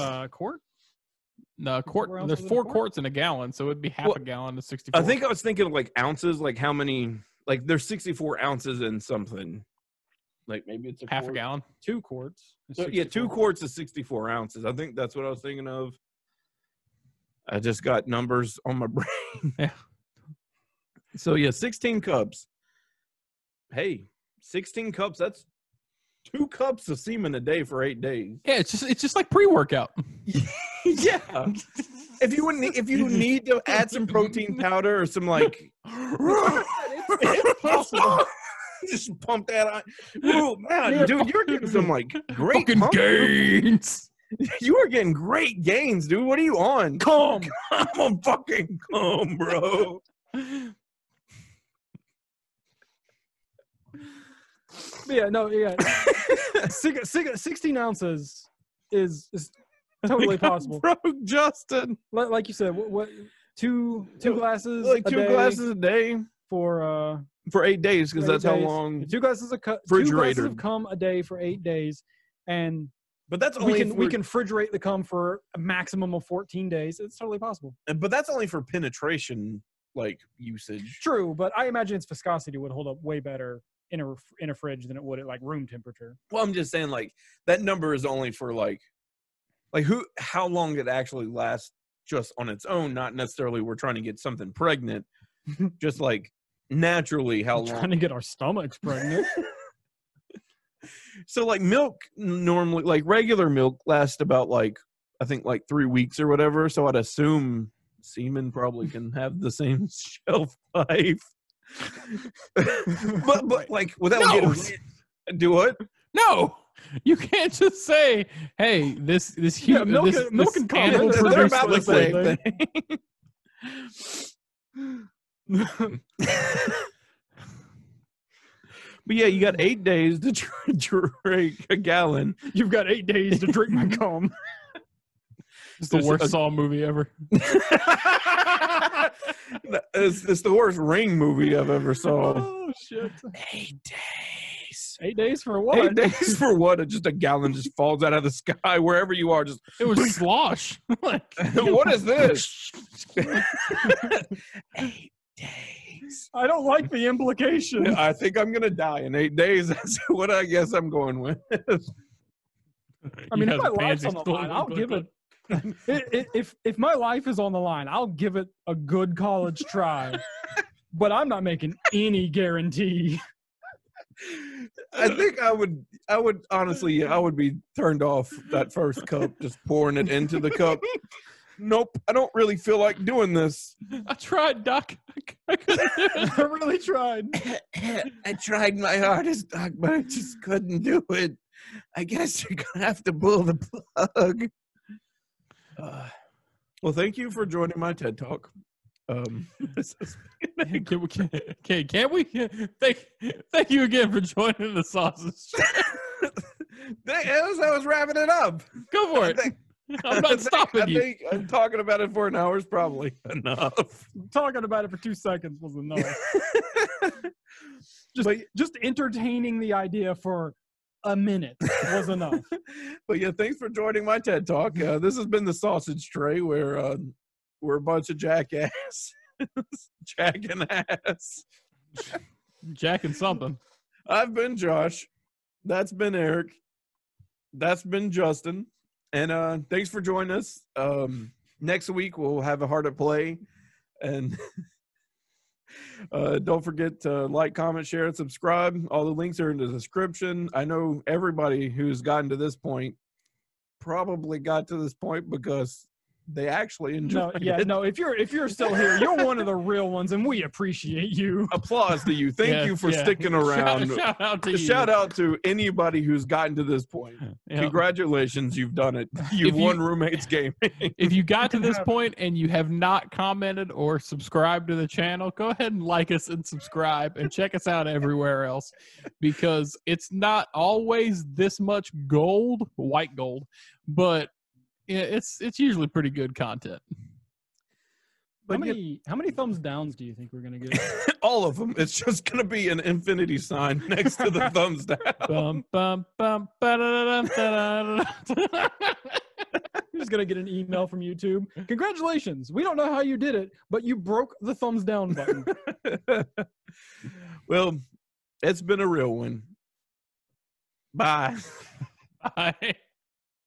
Speaker 3: uh, quart?
Speaker 1: No, a quart.
Speaker 3: ounces
Speaker 1: There's
Speaker 3: in a
Speaker 1: four
Speaker 3: quart?
Speaker 1: quarts in a gallon, so it'd be half
Speaker 2: Well,
Speaker 1: a gallon to 64.
Speaker 2: I think I was thinking of like ounces, like how many? Like there's 64 ounces in something. Like maybe it's a
Speaker 1: half a
Speaker 2: quart.
Speaker 1: gallon.
Speaker 3: Two quarts. is
Speaker 2: So, yeah,
Speaker 3: 64.
Speaker 2: two quarts is 64 ounces. I think that's what I was thinking of. I just got numbers on my brain.
Speaker 1: Yeah.
Speaker 2: So yeah, 16 cups. Hey, 16 cups. That's two cups of semen a day for eight days.
Speaker 1: Yeah, it's just it's just like pre-workout.
Speaker 2: yeah.
Speaker 3: Uh,
Speaker 2: If you wouldn't, if you need to add some protein powder or some like,
Speaker 3: it's possible.
Speaker 2: just pump that on. Ooh, man, dude, you're getting some like great
Speaker 1: Fucking
Speaker 2: pump.
Speaker 1: gains.
Speaker 2: You are getting great gains, dude. What are you on?
Speaker 1: Come.
Speaker 2: I'm on fucking cum, bro.
Speaker 3: Yeah, no, yeah. Sig- sig- 16 ounces is, is totally possible.
Speaker 2: bro, Justin.
Speaker 3: Li- Like you said, what, what two two glasses
Speaker 2: Like
Speaker 3: a
Speaker 2: two
Speaker 3: day
Speaker 2: glasses a day
Speaker 3: for uh
Speaker 2: for eight days, because
Speaker 3: for eight
Speaker 2: that's how
Speaker 3: days.
Speaker 2: long.
Speaker 3: two glasses of cu- two glasses
Speaker 2: Refrigerator.
Speaker 3: of cum a day for eight days, and
Speaker 2: But that's
Speaker 3: we
Speaker 2: only
Speaker 3: can
Speaker 2: for,
Speaker 3: we can refrigerate the cum for a maximum of 14 days. It's totally possible.
Speaker 2: But that's only for penetration, like usage.
Speaker 3: True, but I imagine its viscosity would hold up way better in a ref- in a fridge than it would at like room temperature.
Speaker 2: Well, I'm just saying, like that number is only for like, like who, how long it actually lasts, just on its own. Not necessarily we're trying to get something pregnant. just like naturally, how long
Speaker 3: Trying to get our stomachs pregnant.
Speaker 2: so like milk n- normally like regular milk lasts about like i think like three weeks or whatever so i'd assume semen probably can have the same shelf life but but like without
Speaker 1: No.
Speaker 2: getting do what
Speaker 1: No, you can't just say, "Hey, this this
Speaker 3: Yeah,
Speaker 1: human
Speaker 3: milk
Speaker 1: this,
Speaker 3: and- milk
Speaker 1: this
Speaker 3: and cum,
Speaker 1: animal
Speaker 3: they're- they're
Speaker 1: produced
Speaker 3: about
Speaker 1: this
Speaker 3: the same
Speaker 1: thing."
Speaker 2: but yeah you got eight days to dr- drink a gallon
Speaker 3: You've got eight days to drink my cum.
Speaker 1: It's the
Speaker 2: There's
Speaker 1: worst
Speaker 2: a-
Speaker 1: Saw movie ever.
Speaker 2: it's, it's the worst ring movie i've ever saw
Speaker 3: Oh shit!
Speaker 2: eight days
Speaker 3: Eight days for what?
Speaker 2: Eight days for what? Just a gallon just falls out of the sky wherever you are. Just
Speaker 1: It was slosh. like,
Speaker 2: what is this? eight days.
Speaker 3: I don't like the implication.
Speaker 2: I think I'm gonna die in eight days. That's what I guess I'm going with.
Speaker 3: I mean, if my life's on the line, I'll give it. i- i- If if my life is on the line, I'll give it a good college try. But I'm not making any guarantee.
Speaker 2: I think I would. I would honestly. I would be turned off that first cup, just pouring it into the cup. Nope, I don't really feel like doing this.
Speaker 1: I tried, Doc. I couldn't do it.
Speaker 3: I really tried.
Speaker 2: I tried my hardest, Doc, but I just couldn't do it. I guess you're gonna have to pull the plug. Uh, well, thank you for joining my TED Talk. Um, this has been a
Speaker 1: Can, we- can, can, can we? Thank, thank you again for joining the sausage.
Speaker 2: that was, that was wrapping it up.
Speaker 1: Go for
Speaker 2: I
Speaker 1: it.
Speaker 2: think-
Speaker 1: I'm
Speaker 2: I
Speaker 1: not
Speaker 2: think- I
Speaker 1: stopping you.
Speaker 2: think I'm talking about it for an hour is probably enough.
Speaker 3: Talking about it for two seconds was enough. just,
Speaker 2: But-
Speaker 3: just entertaining the idea for a minute was enough.
Speaker 2: But yeah, thanks for joining my TED Talk. Uh, this has been the Sausage Tray, where uh, we're a bunch of jackass, jack and ass.
Speaker 1: Jack and something.
Speaker 2: I've been Josh. That's been Eric. That's been Justin. And uh, thanks for joining us. Um, next week we'll have a heart at play, and uh, don't forget to like, comment, share, and subscribe. All the links are in the description. I know everybody who's gotten to this point probably got to this point because they actually
Speaker 3: No,
Speaker 2: enjoyed
Speaker 3: yeah,
Speaker 2: it.
Speaker 3: no. If you're if you're still here, you're one of the real ones, and we appreciate you.
Speaker 2: Applause to you. Thank
Speaker 1: Yeah,
Speaker 2: you for
Speaker 1: yeah.
Speaker 2: sticking
Speaker 1: Shout-
Speaker 2: around.
Speaker 1: Shout, out to you.
Speaker 2: Shout out to anybody who's gotten to this point.
Speaker 1: Yeah.
Speaker 2: Congratulations, you've done it. You've
Speaker 1: you-
Speaker 2: won roommates gaming.
Speaker 1: If you got to
Speaker 3: can
Speaker 1: this
Speaker 3: have it.
Speaker 1: point and you have not commented or subscribed to the channel, go ahead and like us and subscribe and check us out everywhere else because it's not always this much gold, white gold, but i- it's it's usually pretty good content.
Speaker 3: How
Speaker 2: But you-
Speaker 3: many how many thumbs downs do you think we're gonna get?
Speaker 2: all of them. It's just going to be an infinity sign next to the thumbs down.
Speaker 1: Bum, bum, bum, ba-da-da-dum, da-da-da-da.
Speaker 3: You're just gonna get an email from YouTube. Congratulations! We don't know how you did it, but you broke the thumbs down button.
Speaker 2: well, it's been a real one. Bye.
Speaker 1: Bye.